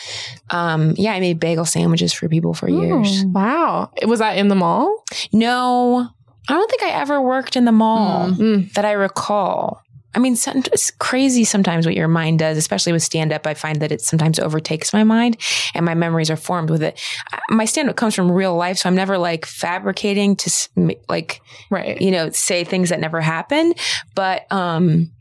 um, yeah, I made bagel sandwiches for people for years.
Wow. Was that in the mall?
No, I don't think I ever worked in the mall
Mm.
that I recall. I mean, some, it's crazy sometimes what your mind does, especially with stand up. I find that it sometimes overtakes my mind and my memories are formed with it. I- My stand up comes from real life, so I'm never like fabricating to s- m- like,
Right.
you know, say things that never happened. But, um,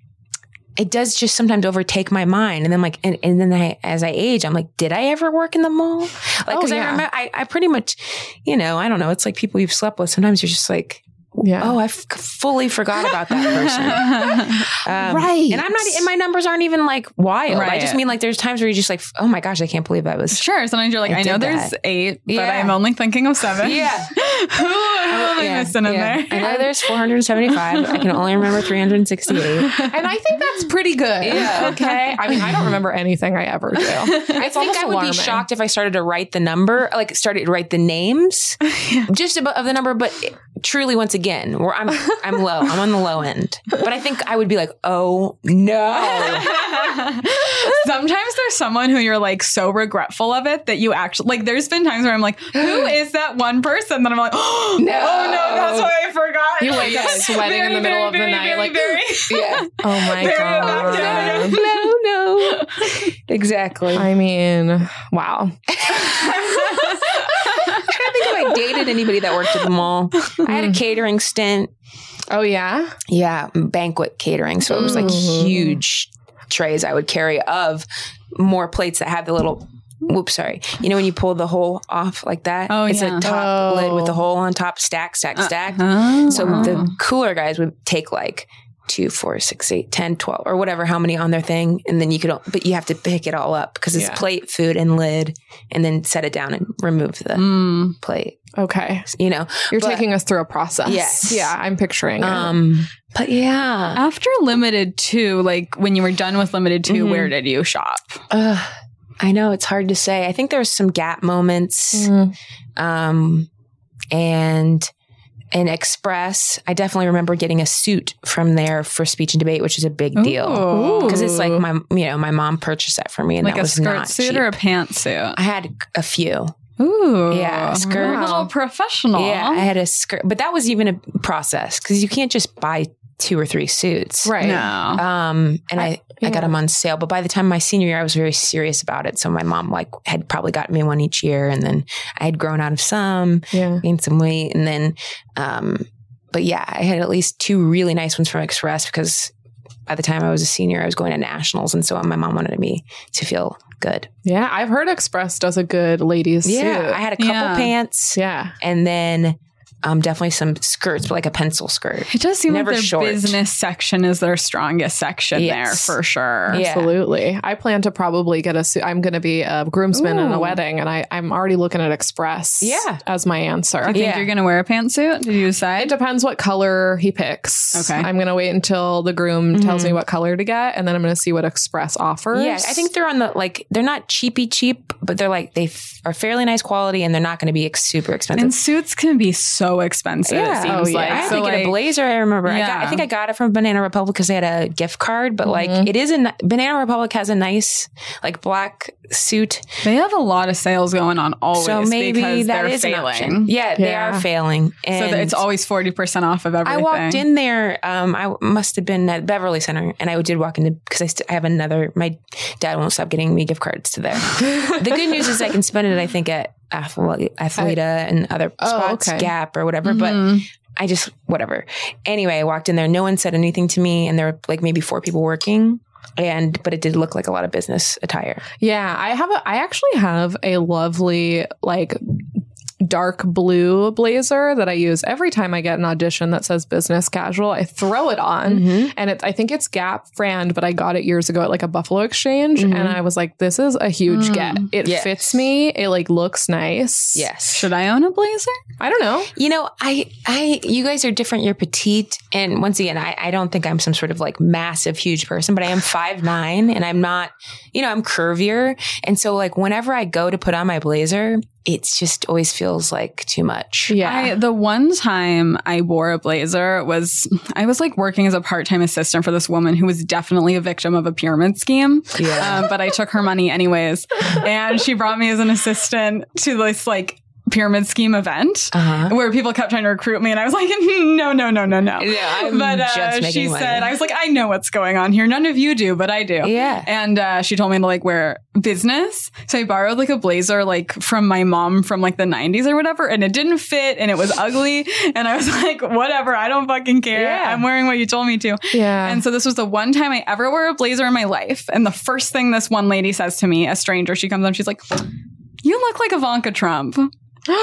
it does just sometimes overtake my mind. And then like, and, and then I, as I age, I'm like, did I ever work in the mall? Like,
Oh,
cause I
yeah.
remember, I, I pretty much, you know, I don't know. It's like people you've slept with. Sometimes you're just like,
Yeah.
oh, I f- fully forgot about that person. Um,
Right.
And I'm not, and my numbers aren't even like wild. I just
Right.
mean like there's times where you're just like, oh my gosh, I can't believe that was.
sure. Sometimes you're like,
I
I, know
did
there's
that.
eight, but
Yeah.
I'm only thinking of seven.
Yeah.
Who am I
Yeah,
missing in
yeah.
there?
I know there's 475. I can only remember 368.
And I think that's pretty good.
Yeah.
Okay. I mean, I don't remember anything I ever do.
I
It's
think
almost
I would
alarming.
be shocked if I started to write the number, like started to write the names, just about of the number. But it- truly, once again, where I'm, I'm low. I'm on the low end. But I think I would be like, oh no.
Sometimes there's someone who you're like so regretful of it that you actually like. There's been times where I'm like, who is that one person that I'm like, oh no, that's why I forgot.
You wake up sweating in the middle of the night, like,
yeah.
Oh my
Very
God.
effective.
No, no. Exactly.
I mean, wow.
I don't think if I dated anybody that worked at the mall. I had a catering stint.
Oh, yeah.
Yeah, banquet catering. So it was like
Mm.
huge trays I would carry of more plates that have the little. Whoops, sorry. You know when you pull the hole off like that?
Oh,
it's
yeah.
a top
Oh.
lid with a hole on top, stack, stack, stack.
Oh,
So the cooler guys would take like two, four, six, eight, 10, 12, or whatever, how many on their thing. And then you could, but you have to pick it all up because it's
Yeah.
plate, food, and lid, and then set it down and remove the
Mm.
plate,
Okay.
you know?
You're
But-
taking us through a process.
Yes.
Yeah, I'm picturing. Um,
Um, but yeah.
After limited two, like when you were done with limited 2
Mhm.
where did you shop?
Ugh, I know it's hard to say. I think there was some gap
Mm.
moments.
Mm.
Um, and in Express, I definitely remember getting a suit from there for speech and debate, which is a big deal
Ooh.
because it's like my you know my mom purchased that for me, and
like
that
a
was
skirt
not
suit
cheap.
or a pantsuit.
I had a few.
Ooh,
Yeah, a skirt.
You're a little professional.
Yeah, I had a skirt, but that was even a process because you can't just buy two or three suits.
Right.
No.
Um, and I, I,
yeah.
got them on sale, but by the time my senior year, I was very serious about it. So my mom like had probably gotten me one each year, and then I had grown out of some,
Yeah.
gained some weight, and then, um, but yeah, I had at least two really nice ones from Express because by the time I was a senior, I was going to nationals, and so my mom wanted me to feel good.
Yeah. I've heard Express does a good ladies
Yeah, I
suit.
had a couple
Yeah.
pants,
yeah.
and then um, definitely some skirts, but like a pencil skirt.
It does seem
Never
like their
short.
business section is their strongest section
Yes.
there for sure.
Yeah.
Absolutely. I plan to probably get a suit. I'm going to be a groomsman in
Ooh.
a wedding, and I, I'm already looking at Express
Yeah.
as my answer.
Do you think
Yeah.
you're going to wear a pantsuit? Did you
It
decide?
depends what color he picks.
Okay.
I'm going to wait until the groom tells me what color to get, and then I'm going to see what Express offers.
Mm-hmm. Yeah, I think they're on the like they're not cheapy cheap, but they're like they f- are fairly nice quality and they're not going to be ex- super expensive.
And suits can be so expensive. It
Yeah.
seems
Oh, yeah.
like.
I
so,
had to get a
like,
blazer. I remember. I, got,
Yeah. Mm-hmm.
I think I got it from Banana Republic because they had a gift card. But like, it is a ni- Banana Republic has a nice like black suit.
They have a lot of sales going on always.
so maybe
because
that
they're
is
failing.
an option. Yeah, they
Yeah.
are failing.
So
And
that it's always forty percent off of everything.
I walked in there. Um, I must have been at Beverly Center, and I did walk into because I, st- I have another. My dad won't stop getting me gift cards to there. the good news is I can spend it. I think at Athle- Athleta and other
Oh,
spots,
okay. Mm-hmm.
Gap or whatever. But
Mhm.
I just whatever. Anyway, I walked in there. No one said anything to me, and there were like maybe four people working. And but it did look like a lot of business attire.
Yeah, I have a I actually have a lovely like dark blue blazer that I use every time I get an audition that says business casual. I throw it on and it, I think it's Gap brand, but I got it years ago at like a Buffalo Exchange
Mhm.
and I was like this is a huge
Mm.
get. It
Yes.
fits me. It like looks nice.
Yes.
Should I own a blazer?
I don't know.
You know, I, I, you guys are different. You're petite, and once again, I, I don't think I'm some sort of like massive, huge person, but I am five nine, and I'm not, you know, I'm curvier, and so like whenever I go to put on my blazer, it's just always feels like too much.
I,
Yeah.
the one time I wore a blazer was I was like working as a part time assistant for this woman who was definitely a victim of a pyramid scheme.
Yeah.
Um, but I took her money anyways, and she brought me as an assistant to this like pyramid scheme event
Uh huh.
where people kept trying to recruit me, and I was like, no, no, no, no, no.
Yeah, I'm
but uh,
just making
she
money.
said, I was like, I know what's going on here. None of you do, but I do.
Yeah.
And uh, she told me to like wear business. So I borrowed like a blazer like from my mom from like the 90s or whatever. And it didn't fit and it was ugly. And I was like, whatever, I don't fucking care.
Yeah.
I'm wearing what you told me to.
Yeah.
And so this was the one time I ever wore a blazer in my life. And the first thing this one lady says to me, a stranger, she comes up, she's like, you look like Ivanka Trump. And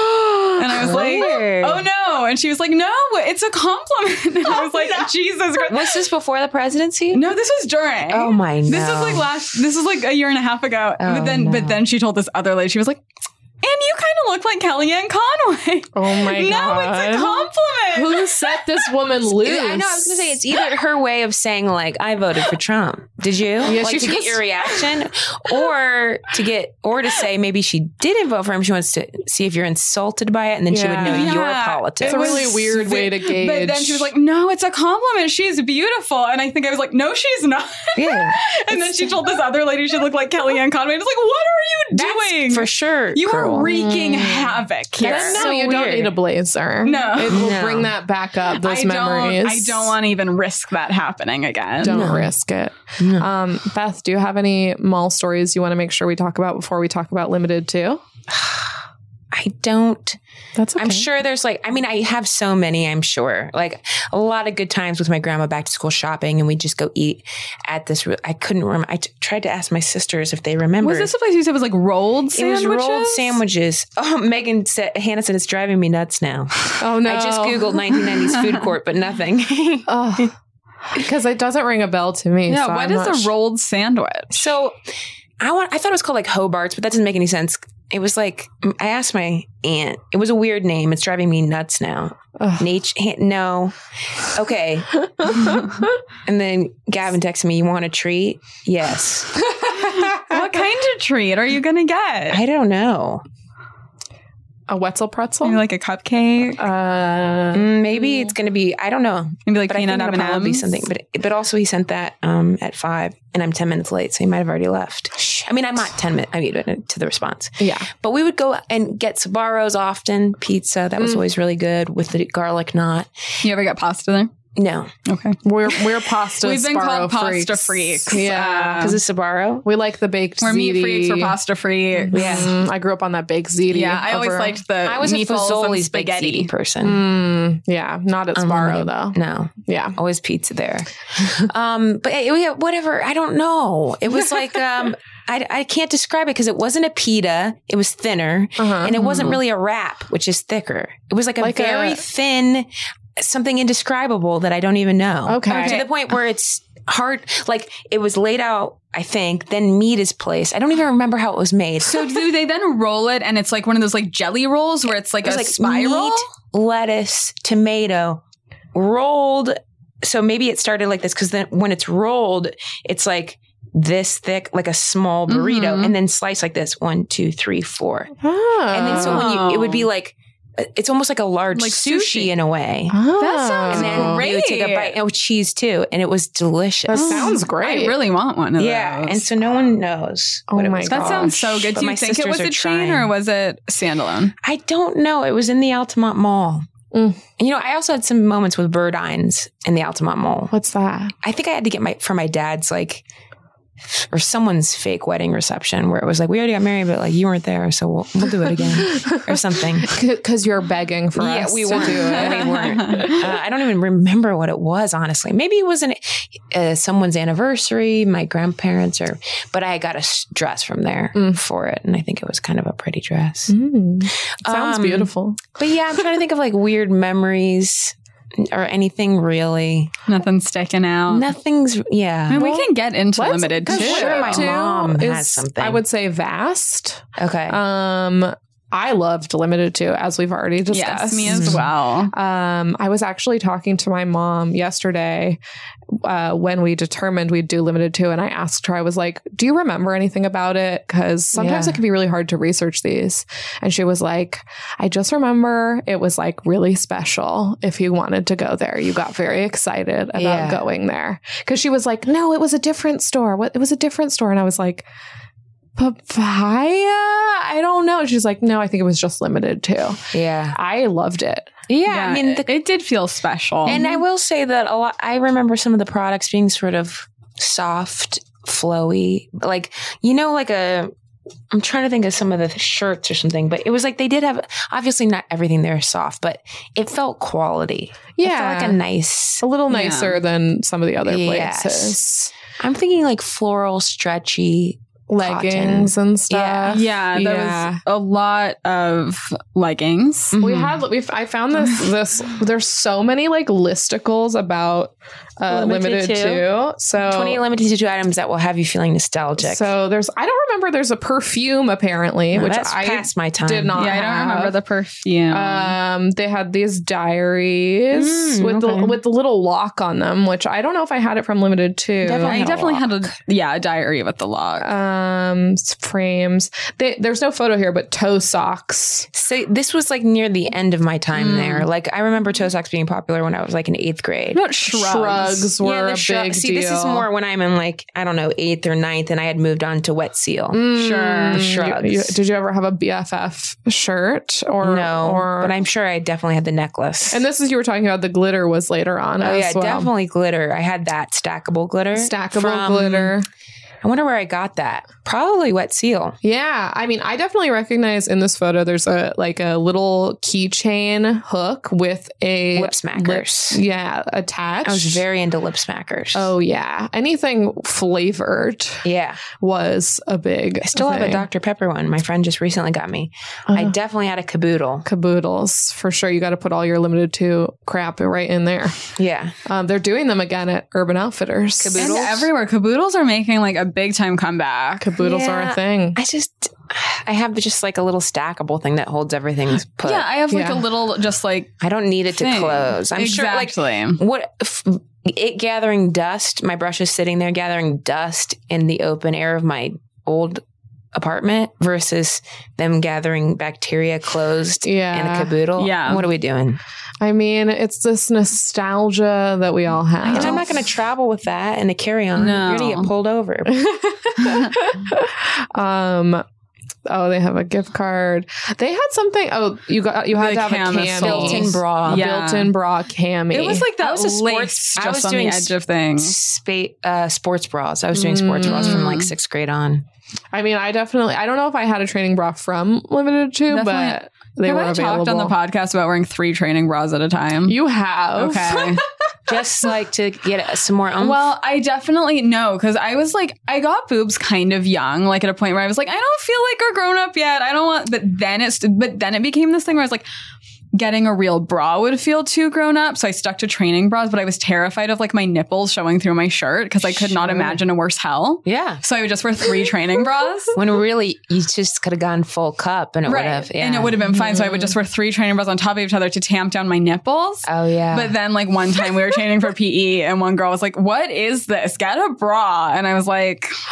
I was like,
Weird.
oh no. And she was like, no, it's a compliment. And I was
Oh,
like, Jesus Christ.
Was this before the presidency?
No, this was during.
Oh my!
This
no.
was like last. This was like a year and a half ago. but
Oh,
then, but
no.
then she told this other lady. She was like, "And you kind of look like Kellyanne Conway."
oh my
no,
god.
it's a compliment.
Who set this woman loose?
I know. I was gonna say it's either her way of saying like I voted for Trump. Did you?
Yeah,
like
she
to
just-
get your reaction, or to get, or to say maybe she didn't vote for him. She wants to see if you're insulted by it, and then she would
Yeah.
know your
Yeah.
politics.
It's a
was
really weird way to gauge.
But then she was like, "No, it's a compliment. She's beautiful." And I think I was like, "No, she's not."
yeah,
and then she told this other lady she looked like Kellyanne Conway. I was like, "What are you
that's
doing?
for sure.
you
cruel.
are wreaking havoc here."
That's
no,
so
Mm. you don't
weird.
need a blazer.
No.
it will
No.
bring that back up. Those
I
memories.
don't. I don't want to even risk that happening again.
Don't
No.
risk it.
No.
Um, Beth, do you have any mall stories you want to make sure we talk about before we talk about limited too?
I don't.
That's okay.
I'm sure there's like, I mean, I have so many, I'm sure. Like a lot of good times with my grandma back to school shopping, and we just go eat at this. re- I couldn't remember. I t- tried to ask my sisters if they remember.
Was this a place you said was like rolled
It was
sandwiches?
rolled sandwiches. Oh, Megan said, Hannah said, it's driving me nuts now.
Oh no!
I just Googled 1990s food court, but nothing.
Oh, because it doesn't ring a bell to me.
yeah,
so
what
I'm
is
not
a
su-
rolled sandwich?
So I want I thought it was called like Hobart's, but that doesn't make any sense. It was like I asked my aunt. It was a weird name. It's driving me nuts now.
Ugh.
Nature no. Okay. And then Gavin texted me, "You want a treat?" Yes.
what kind of treat are you gonna get?
I don't know.
a Wetzel pretzel?
Maybe like a cupcake,
uh,
Mm, Maybe it's going to be I don't know.
maybe like
but I think
peanut
it'll probably be
M&Ms?
something. But but also he sent that um, at five, and I'm ten minutes late, so he might have already left. I mean, I'm not ten minutes. I mean, to the response,
yeah.
but we would go and get Sabaros often. Pizza that was
Mm.
always really good with the garlic knot.
You ever get pasta there?
No,
Um,
Okay.
We're we're pasta.
We've been
Sparrow
called pasta freaks.
Yeah,
Uh,
because it's Sabaro.
we like the baked.
we're meat
ziti.
freaks. We're pasta freaks.
Yeah.
Mm, I grew up on that baked ziti.
Yeah, I always
over-
liked the
I was a
meatballs and
Fazoli's big
spaghetti.
city person. Um,
Mm, yeah, not at Sparrow though.
No,
Yeah,
always pizza there. um, but eh, yeah, whatever. I don't know. It was like um, I I can't describe it because it wasn't a pita. It was thinner.
uh-huh.
and it wasn't really a wrap, which is thicker. It was like a
Like a-
very thin, something indescribable that I don't even know.
okay.
Okay.
To the point where it's hard, like it was laid out. I think then meat is placed. I don't even remember how it was made.
So do they then roll it, and it's like one of those like jelly rolls where it's like
It was
a
like
spiral?
meat, lettuce, tomato, rolled. So maybe it started like this because then when it's rolled, it's like this thick, like a small burrito,
Mhm.
and then sliced like this: one, two, three, four.
Ah.
And then so when you, it would be like it's almost like a large
Oh. Like
sushi,
sushi.
in a way.
Ah.
That sounds
And then you would take a
Great.
bite. Oh, cheese too, and it was
That
delicious.
Oh,
sounds great.
I really want one of
yeah,
those.
and so no one knows.
Oh
what it
my
was
that
called.
sounds so
gosh,
good.
but
Do
my
you think it
sisters
was
are
a chain
trying.
or was it standalone?
I don't know. It was in the Altamont Mall.
Mm.
And, you know, I also had some moments with Birdines in the Altamont Mall.
What's that?
I think I had to get my for my dad's like or someone's fake wedding reception where it was like we already got married, but like you weren't there, so we'll we'll do it again or something.
Because you're begging for
Yeah,
us
we
to
weren't.
do it.
We weren't. Uh, I don't even remember what it was, honestly. Maybe it was an, uh, someone's anniversary, my grandparents, or but I got a s- dress from there
Mm.
for it, and I think it was kind of a pretty dress.
Mm, sounds
Um,
beautiful.
But yeah, I'm trying to think of like weird memories or anything really.
Nothing sticking out.
Nothing's yeah.
Um, I mean, we can get into
Let's-
limited too.
'cause
sure, my
two
mom has
is,
something.
I would say vast.
Okay,
Um, I loved limited to as we've already discussed.
Yes, me as well.
Um, I was actually talking to my mom yesterday uh, when we determined we'd do limited two, and I asked her, I was like, "Do you remember anything about it?" Because sometimes
Yeah.
it can be really hard to research these. And she was like, "I just remember it was like really special. If you wanted to go there, you got very excited about
Yeah.
going there." Because she was like, "No, it was a different store. What? It was a different store," and I was like. Papaya? I don't know. And She's like, no, I think it was just limited to.
yeah,
I loved it.
yeah. I mean, the
it, it did feel special.
And
Um,
I will say that a lot. I remember some of the products being sort of soft, flowy, like you know, like a. I'm trying to think of some of the shirts or something, but it was like they did have obviously not everything there is soft, but it felt quality. it
Yeah,
felt like a nice.
a little
Yeah.
nicer than some of the other
Yes.
places.
I'm thinking like floral, stretchy.
Leggings and stuff.
yeah, there
Yeah.
was a lot of leggings.
Mm-hmm.
We had we I found this this there's so many like listicles about uh, limited,
Limited
two.
to.
So
20 limited to two items that will have you feeling nostalgic.
Oh. so there's I don't remember there's a perfume apparently
No,
which
that's
I
past my time.
did not
yeah, I don't
have.
remember the perfume.
Uh,
Um, they had these diaries
Mm,
with
okay.
the with the little lock on them, which I don't know if I had it from limited two.
Definitely
I
had a Uh,
definitely
lock.
had a yeah a diary with the log.
um s- frames. They, there's no photo here, but toe socks.
So this was like near the end of my time
Hmm.
Mm.
there. Like I remember toe socks being popular when I was like in eighth grade.
What about
Shrugs were
the
a
shrub-
big
See,
deal.
this is more when I'm in like I don't know eighth or ninth, and I had moved on to wet seal.
Mm,
Sure.
You-
Shrugs.
you- did you ever have a BFF shirt or
no,
Or,
but I'm sure I definitely had the necklace.
and this is you were talking about the glitter was later on
oh
as
yeah,
well.
definitely glitter. I had that stackable glitter,
Stackable
from-
glitter.
I wonder where I got that. Probably Wet Seal.
Yeah, I mean, I definitely recognize in this photo. There's a like a little keychain hook with a
Lip smackers.
yeah, attached.
I was very into lip smackers.
Oh yeah, anything flavored
yeah.
was a big.
I still have a
thing.
Dr. Pepper one. My friend just recently got me. I
Uh,
definitely had a caboodle.
caboodles for sure. You got to put all your limited to crap right in there.
Yeah.
Um, they're doing them again at Urban Outfitters.
Caboodles?
And everywhere, caboodles are making like a big time comeback.
Caboodles are
Yeah.
a thing.
I just, I have just like a little stackable thing that holds everything's put.
Yeah, I have like
Yeah.
a little just like
I don't need it to
thing.
close. I'm sure like
exactly.
what f- it gathering dust my brush is sitting there gathering dust in the open air of my old apartment versus them gathering bacteria closed in
Yeah.
a caboodle
Yeah.
what are we doing
I mean, it's this nostalgia that we all have.
and i'm not going to travel with that in a carry-on
No.
you're going to get pulled over
um oh they have a gift card they had something oh you got you had
The
to have
camisole.
a cami
built-in bra
Yeah.
built-in bra cami
It was like that
I was a sports-
lace
I
just
was
on
doing
the edge of things.
Spa- uh, sports bras i was doing sports bras from like
Mm.
sixth grade on
i mean i definitely i don't know if i had a training bra from limited to
Definitely.
but they
have
were
I
available
talked on the podcast about wearing three training bras at a time?
you have
okay.
just like to get some more umph.
well, I definitely know because I was like, I got boobs kind of young, like at a point where I was like, I don't feel like a grown up yet. I don't want. But then it's, but then it became this thing where I was like, getting a real bra would feel too grown up. So I stuck to training bras, but I was terrified of like my nipples showing through my shirt because I could not
Sure.
imagine a worse hell.
yeah
So I would just wear three training bras.
when really you just could have gone full cup and it would have yeah. Mm-hmm.
And it would have been fine. So I would just wear three training bras on top of each other to tamp down my nipples.
oh yeah
But then, like, one time we were training for PE, and one girl was like, What is this? Get a bra. And I was like,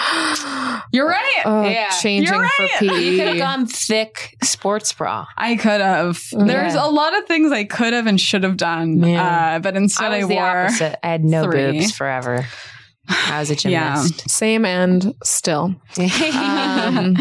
You're right.
Uh,
Yeah.
changing
You're
for E.
right.
pe
You could have gone thick sports bra.
I could have. There's
Yeah.
a lot of things I could have and should have done.
Yeah.
Uh, but instead, I,
was the
wore.
opposite. I had no
three.
boobs forever. I was a
Yeah.
gymnast.
same end still um,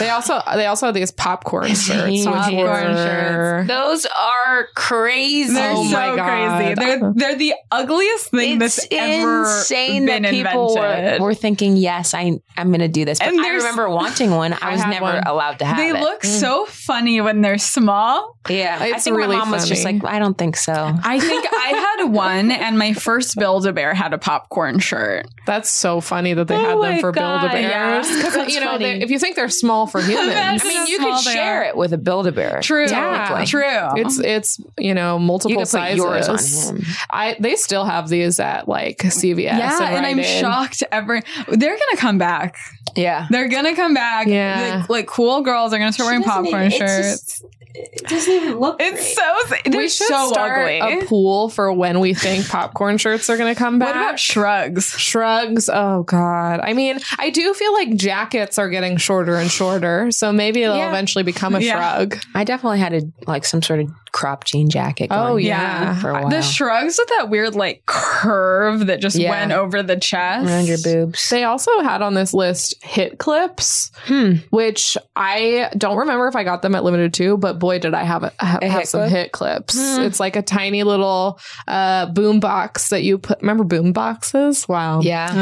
they also they also had these popcorn shirts which
Popcorn
were-
Those are crazy.
They're
Oh
so
my God.
crazy. They're they're the ugliest thing
it's
that's ever
insane
been
that people were,
invented.
were thinking, "Yes, I I'm going to do this." But
And
I
there's-
remember wanting one. I
I
was
had
never
one.
allowed to have
they
it.
look so funny when they're small.
yeah, I
It's
think
really
my mom was just
funny.
like, "I don't think so."
I think I had one, and my first Build a Bear had a popcorn shirt.
That's so funny that they
Oh
had
my
them for
God.
Build a
Yeah.
Bears. Because
That's
you know,
funny.
they- if you think they're small for humans,
Imagine
I mean,
how
you could
small they
share
are.
it with a Build-A-Bear.
True,
Yeah.
true.
it's it's you know multiple
You could put
sizes.
yours on him.
I they still have these at like CVS.
yeah, and,
and,
I'm
Rite Aid.
shocked. Every they're gonna come back.
Yeah.
They're gonna come back.
Yeah.
like, like cool girls are gonna start wearing popcorn shirts.
It doesn't even look.
It's so they're
We should
so
start
ugly.
a pool for when we think popcorn shirts are going to come back.
what about shrugs?
shrugs? Oh God! I mean, I do feel like jackets are getting shorter and shorter, so maybe they'll
Yeah.
eventually become a
Yeah.
shrug.
I definitely had a like some sort of crop jean jacket. Going
Oh
yeah.
yeah.
for a while.
The shrugs with that weird like curve that just
Yeah.
went over the chest.
around your boobs.
They also had on this list hit clips,
Hmm.
which I don't remember if I got them at Limited Two, but boy, did I have a, have,
A
have
hit
some
clip?
hit clips.
Hmm.
It's like a tiny little uh, boom box that you put. Remember boom boxes? Wow.
Yeah. Mm-hmm.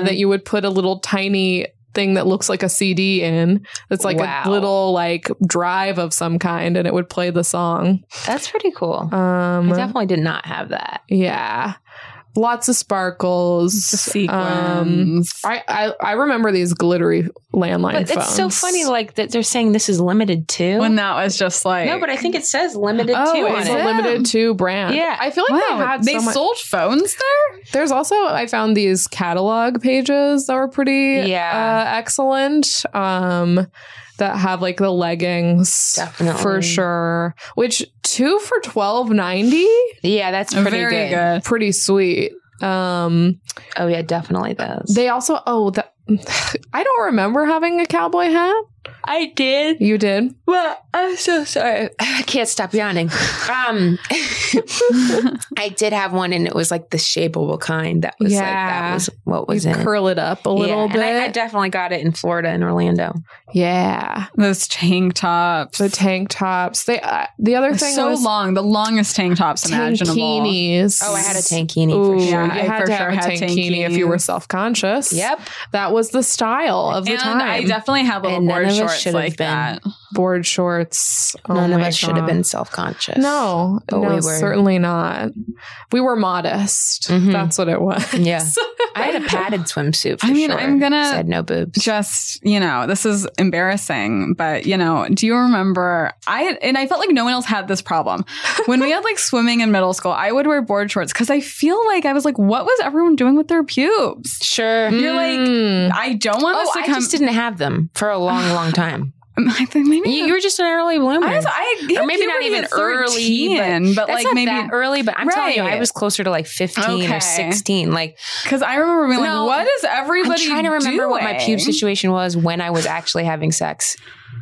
Uh, that you would put a little tiny thing that looks like a CD in. It's like
Wow.
a little like drive of some kind, and it would play the song.
That's pretty cool. I
Um,
definitely did not have that.
yeah. Lots of sparkles.
the sequins.
Um, I, I I remember these glittery landline
But
phones.
it's so funny, like that they're saying this is limited to.
when that was just like
no, but I think it says limited
Oh,
to on
it's
it.
is
a
it?
limited to brand.
Yeah.
I feel like they
wow,
had
they
so much-
sold phones there.
There's also I found these catalog pages that were pretty
Yeah.
uh, excellent. Um, that have like the leggings
Definitely.
for sure. Which two for twelve ninety?
Yeah, that's pretty
Oh, Very
good.
good.
Pretty sweet. Um,
Oh yeah, definitely those.
they also oh that I don't remember having a cowboy hat.
I did.
You did.
Well, I'm so sorry. I can't stop yawning. Um, I did have one, and it was like the shapeable kind. That was like
Yeah.
that was what
You
was in it.
curl it up a
Yeah,
little
and
bit.
I, I definitely got it in Florida and Orlando.
yeah.
Those tank tops.
The tank tops. They uh, the other
They're
thing
so
was
long, the longest tank tops imaginable.
tankinis.
Oh, I had a tankini for
Ooh,
sure.
Yeah,
you
I
had
for
to
sure
have a
had
tankini if you
tankinis.
were self conscious.
Yep.
That was the style of the
and
time.
I definitely had little
And none
board
of us
shorts
should have
like
been.
that.
Board shorts. Oh
None of
my
us should have
God.
been self conscious.
No,
But
no,
we were.
certainly not. We were modest.
Mhm.
That's what it was.
Yeah. I had a padded swimsuit for
I mean,
sure.
I'm gonna-
Just had no boobs.
Just, you know, this is embarrassing, but you know, do you remember I and I felt like no one else had this problem. When we had like swimming in middle school, I would wear board shorts cuz I feel like I was like what was everyone doing with their pubes?
Sure.
You're like
Mm.
I don't want
Oh,
this to
I
come
just didn't have them for a long, long time.
I think maybe
You, you were just an early bloomer.
I, was, I hit
Or maybe not
puberty
even
at
early, but
13, but,
That's
like
not
maybe
that early, but I'm telling you, I
Right.
was closer to like 15
Okay.
or 16. Like,
Because I remember being
No,
like, what is everybody
I'm trying to remember what my
doing?
pube situation was when I was actually having sex.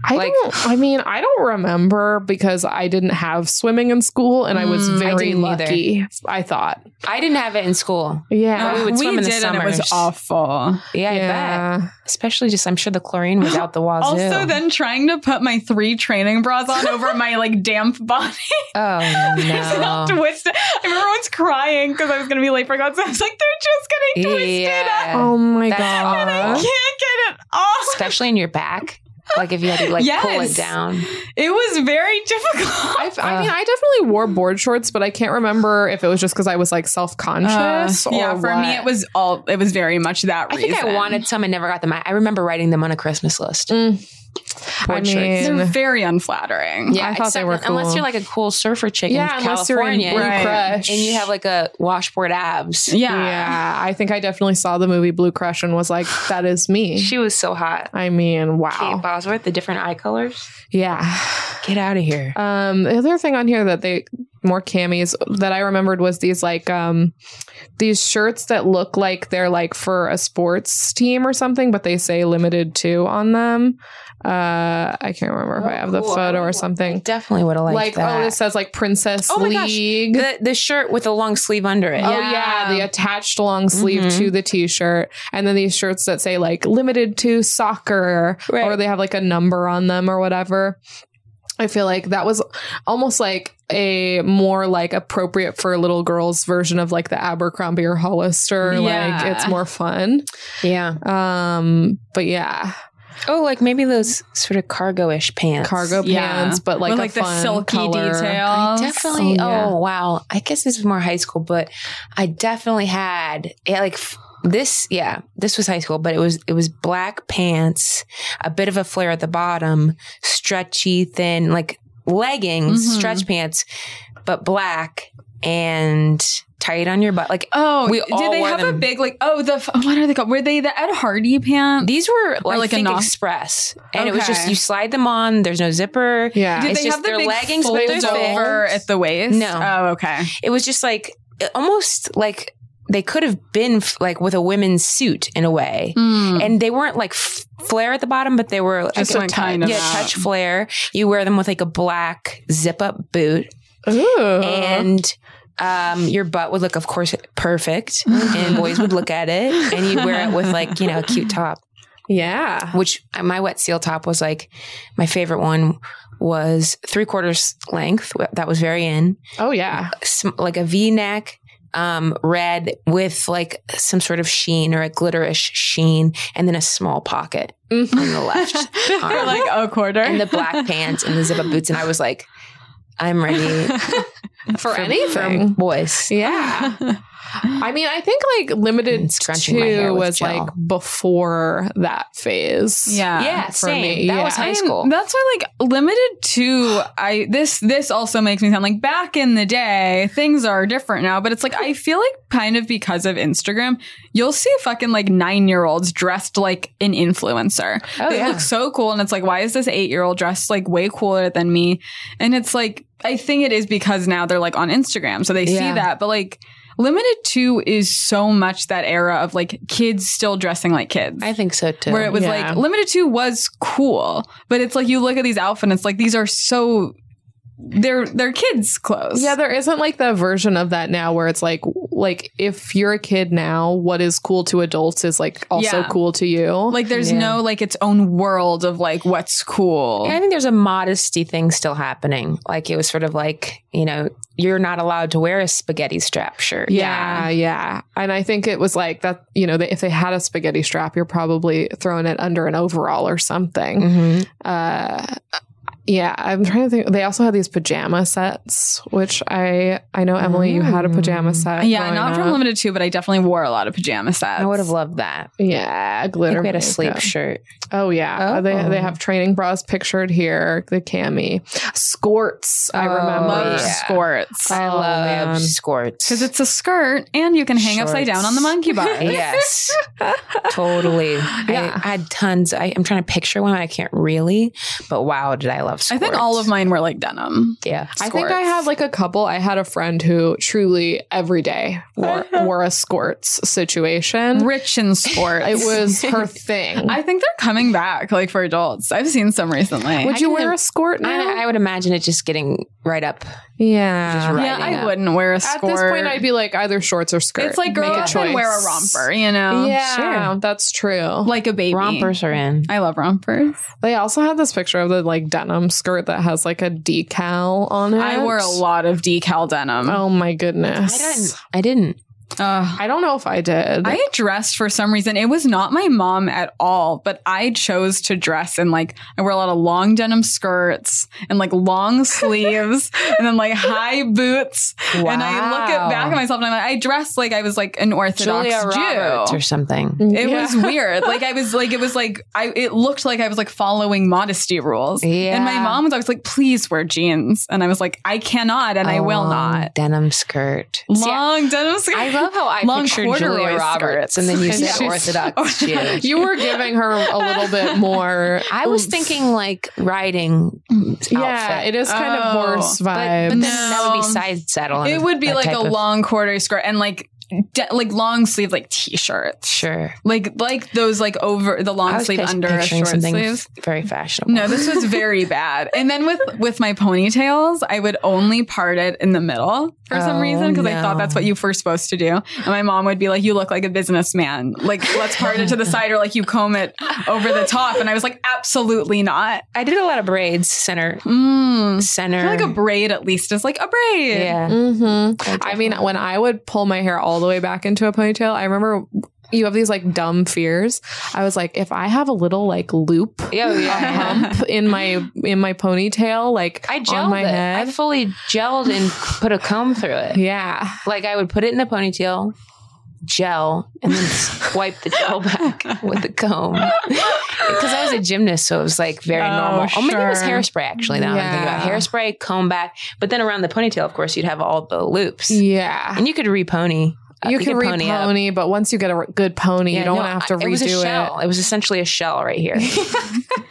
I
like-
don't. I mean, I don't remember because I didn't have swimming in school, and I was
Mm, I
very
didn't either.
lucky. I thought,
I didn't have it in school.
yeah,
Oh,
we would swim in the
did, and it
summers.
was awful.
Yeah, I bet.
yeah.
Especially just, I'm sure the chlorine was out the wazoo.
Also, then trying to put my three training bras on over my like damp body.
oh
is all
no.
twisted. I remember everyone's crying because I was going to be late for class. I was like, they're just getting twisted.
Yeah.
Oh my
That's
And I
god.
can't get it off.
Especially in your back. Like if you had to like pull
Yes.
it down.
It was very difficult.
I, I mean, I definitely wore board shorts, but I can't remember if it was just because I was like self conscious. or
Uh, yeah, for
what.
me, it was all. It was very much that
I
reason.
think I wanted some and never got them. I, I remember writing them on a Christmas list.
Mm, I
board shorts.
mean,
They're very unflattering.
I thought
it's
they were
something- Unless
cool.
you're like a cool surfer chick
yeah,
in
unless you're in
California,
Blue
Right.
Crush
and you have like a washboard abs.
Yeah.
Yeah, I think I definitely saw the movie Blue Crush and was like, that is me.
She was so hot.
I mean,
Kate
wow.
Bosworth, the different eye colors.
Yeah.
Get out of here.
Um, the other thing on here that they more camis that I remembered was these like um these shirts that look like they're like for a sports team or something, but they say limited to on them. Uh I can't remember if I have the photo or something.
Definitely would have liked
Like,
that.
oh, this says like Princess
Oh my gosh.
League.
the, the shirt with the long sleeve under it.
Oh
Yeah.
yeah. the attached long sleeve
Mhm.
to the t-shirt, and then these shirts that say like limited to soccer,
Right.
or they have like a number on them or whatever. I feel like that was almost like a more like appropriate for little girls version of like the Abercrombie or Hollister.
Yeah.
Like it's more fun.
Yeah.
Um, but yeah,
Oh, like maybe those sort of cargo-ish pants.
cargo
Yeah.
pants, but like
With
a
like the
fun
silky
color.
details.
Definitely.
Oh, yeah.
Oh wow. I guess this was more high school, but I definitely had yeah, like f- this. Yeah, this was high school, but it was it was black pants, a bit of a flare at the bottom, stretchy, thin, like leggings,
Mhm.
stretch pants, but black and tight on your butt. Like
Oh,
We all
did they
wore
have a
them.
big like? Oh, the f- oh, what are they called? Were they the Ed Hardy pants?
these were like,
like a
Think
knock-
Express, and it was just
Okay.
you slide them on. There's no zipper.
Yeah.
Did
it's
they
just
have the
their
big
leggings, but they're
fold over
thin.
at the waist?
No.
Oh, okay.
It was just like almost like they could have been f- like with a women's suit in a way.
Hmm.
and they weren't like f- flare at the bottom, but they were
Mm. Just
like
went kind of
yeah,
out.
touch flare. You wear them with like a black zip up boot,
Ooh.
and um, your butt would look, of course, perfect, and boys would look at it, and you wear it with like you know a cute top.
yeah.
Which uh, my wet seal top was like my favorite one was three quarters length. wh- That was very in
Oh yeah.
sm- like a V neck. Um, red with like some sort of sheen or a glitterish sheen, and then a small pocket
Mhm.
on the left
They're like a quarter.
and the black pants and the zip up boots. And I was like, I'm ready
For,
for
anything.
boys.
yeah. I mean, I think like limited
And scrunching my hair
two
with
was
gel.
like before that phase.
yeah.
Yeah,
For
same.
me,
That
yeah.
was high
I'm-
school.
that's why, like, limited to I this this also makes me sound like back in the day things are different now, but it's like I feel like kind of because of Instagram, you'll see fucking like nine year olds dressed like an influencer.
Oh,
they
yeah.
look so cool, and it's like, why is this eight year old dressed like way cooler than me? And it's like, I think it is because now they're like on Instagram, so they see
Yeah.
that, but like. Limited 2 is so much that era of like kids still dressing like kids.
I think so too.
where it was
yeah.
like limited 2 was cool, but it's like you look at these outfits and it's like these are so they're they're kids clothes.
Yeah, there isn't like the version of that now where it's like like if you're a kid now, what is cool to adults is like also
Yeah.
cool to you.
like there's
Yeah.
no like its own world of like what's cool.
I think there's a modesty thing still happening. Like it was sort of like, you know, you're not allowed to wear a spaghetti strap shirt.
yeah, yeah. And I think it was like that, you know, that if they had a spaghetti strap, you're probably throwing it under an overall or something.
hmm
Uh yeah, I'm trying to think. They also had these pajama sets, which I I know Emily, you had a pajama
Mm.
set.
yeah,
growing
not from
up.
limited 2, but I definitely wore a lot of pajama sets.
I would have loved that.
Yeah,
I
glitter.
think we had a sleep
makeup.
shirt.
Oh yeah,
Oh.
they they have training bras pictured here. The cami, skorts. I
Oh,
remember
loved
yeah.
skirts.
I
I
Oh,
love
man.
skorts.
Cuz it's a skirt and you can hang upside
Shorts.
down on the monkey bar.
yes, totally.
Yeah.
I, I had tons. I, I'm trying to picture one. I can't really, but wow, did I love skorts.
I think all of mine were like denim.
Yeah.
I think I had like a couple. I had a friend who truly every day wore, wore a skorts situation.
rich in sports.
It was her thing.
I think they're coming back, like for adults. I've seen some recently.
Would
I
you
can
wear a skort now?
I, I would imagine it just getting right up.
yeah.
just
yeah,
writing
I
up.
wouldn't wear a
At
skirt.
this point, I'd be like either shorts or skirt.
It's like grow
Make a
up and wear a
choice.
romper, you know?
Yeah, that's true.
like a baby.
Rompers are in.
I love rompers.
they also had this picture of the like denim skirt that has like a decal on it.
I wore a lot of decal denim.
Oh my
I
goodness.
didn't. I didn't.
Ugh.
I don't know if I did.
I dressed for some reason. It was not my mom at all, but I chose to dress in like I wear a lot of long denim skirts and like long sleeves and then like high boots. And I look at back at
Wow.
myself and I'm like, I dressed like I was like an Orthodox
Julia
Jew.
Roberts or something.
It
Yeah.
was weird. Like I was like it was like I it looked like I was like following modesty rules.
Yeah.
And my mom was always like, please wear jeans. And I was like, I cannot and I
A
will
long
not.
Denim skirt.
Long denim skirt.
I love how I
Long
pictured
corduroy
Julia Roberts, and then you
skirts.
said
She's-
Orthodox Jew.
you were giving her a little bit more.
I was
oomph.
thinking like riding. Outfit.
yeah, it is kind of
Oh.
horse
But,
vibes.
but then
No.
that would be side saddle. and
it would be
that
like
type
a
of-
long quarter skirt and like de- like long sleeve like t-shirts.
Sure.
Like like those like over the long
I was
sleeve
pic-
under a
picturing
short
something
sleeve.
very fashionable.
No, this was very bad. And then with with my ponytails, I would only part it in the middle for some
Oh,
reason because I thought
no.
that's what you were supposed to do. And my mom would be like, "You look like a businessman. Like let's part it to the side or like you comb it over the top." And I was like, "Absolutely not."
I did a lot of braids center
Mm. I
center.
feel like a braid Mm. at least is like a braid.
yeah.
Mhm. I mean,
definitely.
when I would pull my hair all the way back into a ponytail, I remember you have these like dumb fears. I was like, if I have a little like loop
Oh, Yeah,
Uh-huh.
yeah.
hump in my in my ponytail, like
I
on
gelled
my
it.
head,
I fully gelled and put a comb through it.
yeah,
Like I would put it in a ponytail, gel, and then swipe the gel back with the comb. Because I was a gymnast, so it was like very
Oh,
normal. Oh, maybe it was
sure.
hairspray actually. Now that I'm thinking about
Yeah.
hairspray, comb back, but then around the ponytail, of course, you'd have all the loops,
yeah.
and you could repony. uh,
You, can
could
repony, but once you get a r- good pony,
Yeah,
you don't
no,
have to
I-
redo
it was a shell. It was essentially a shell right here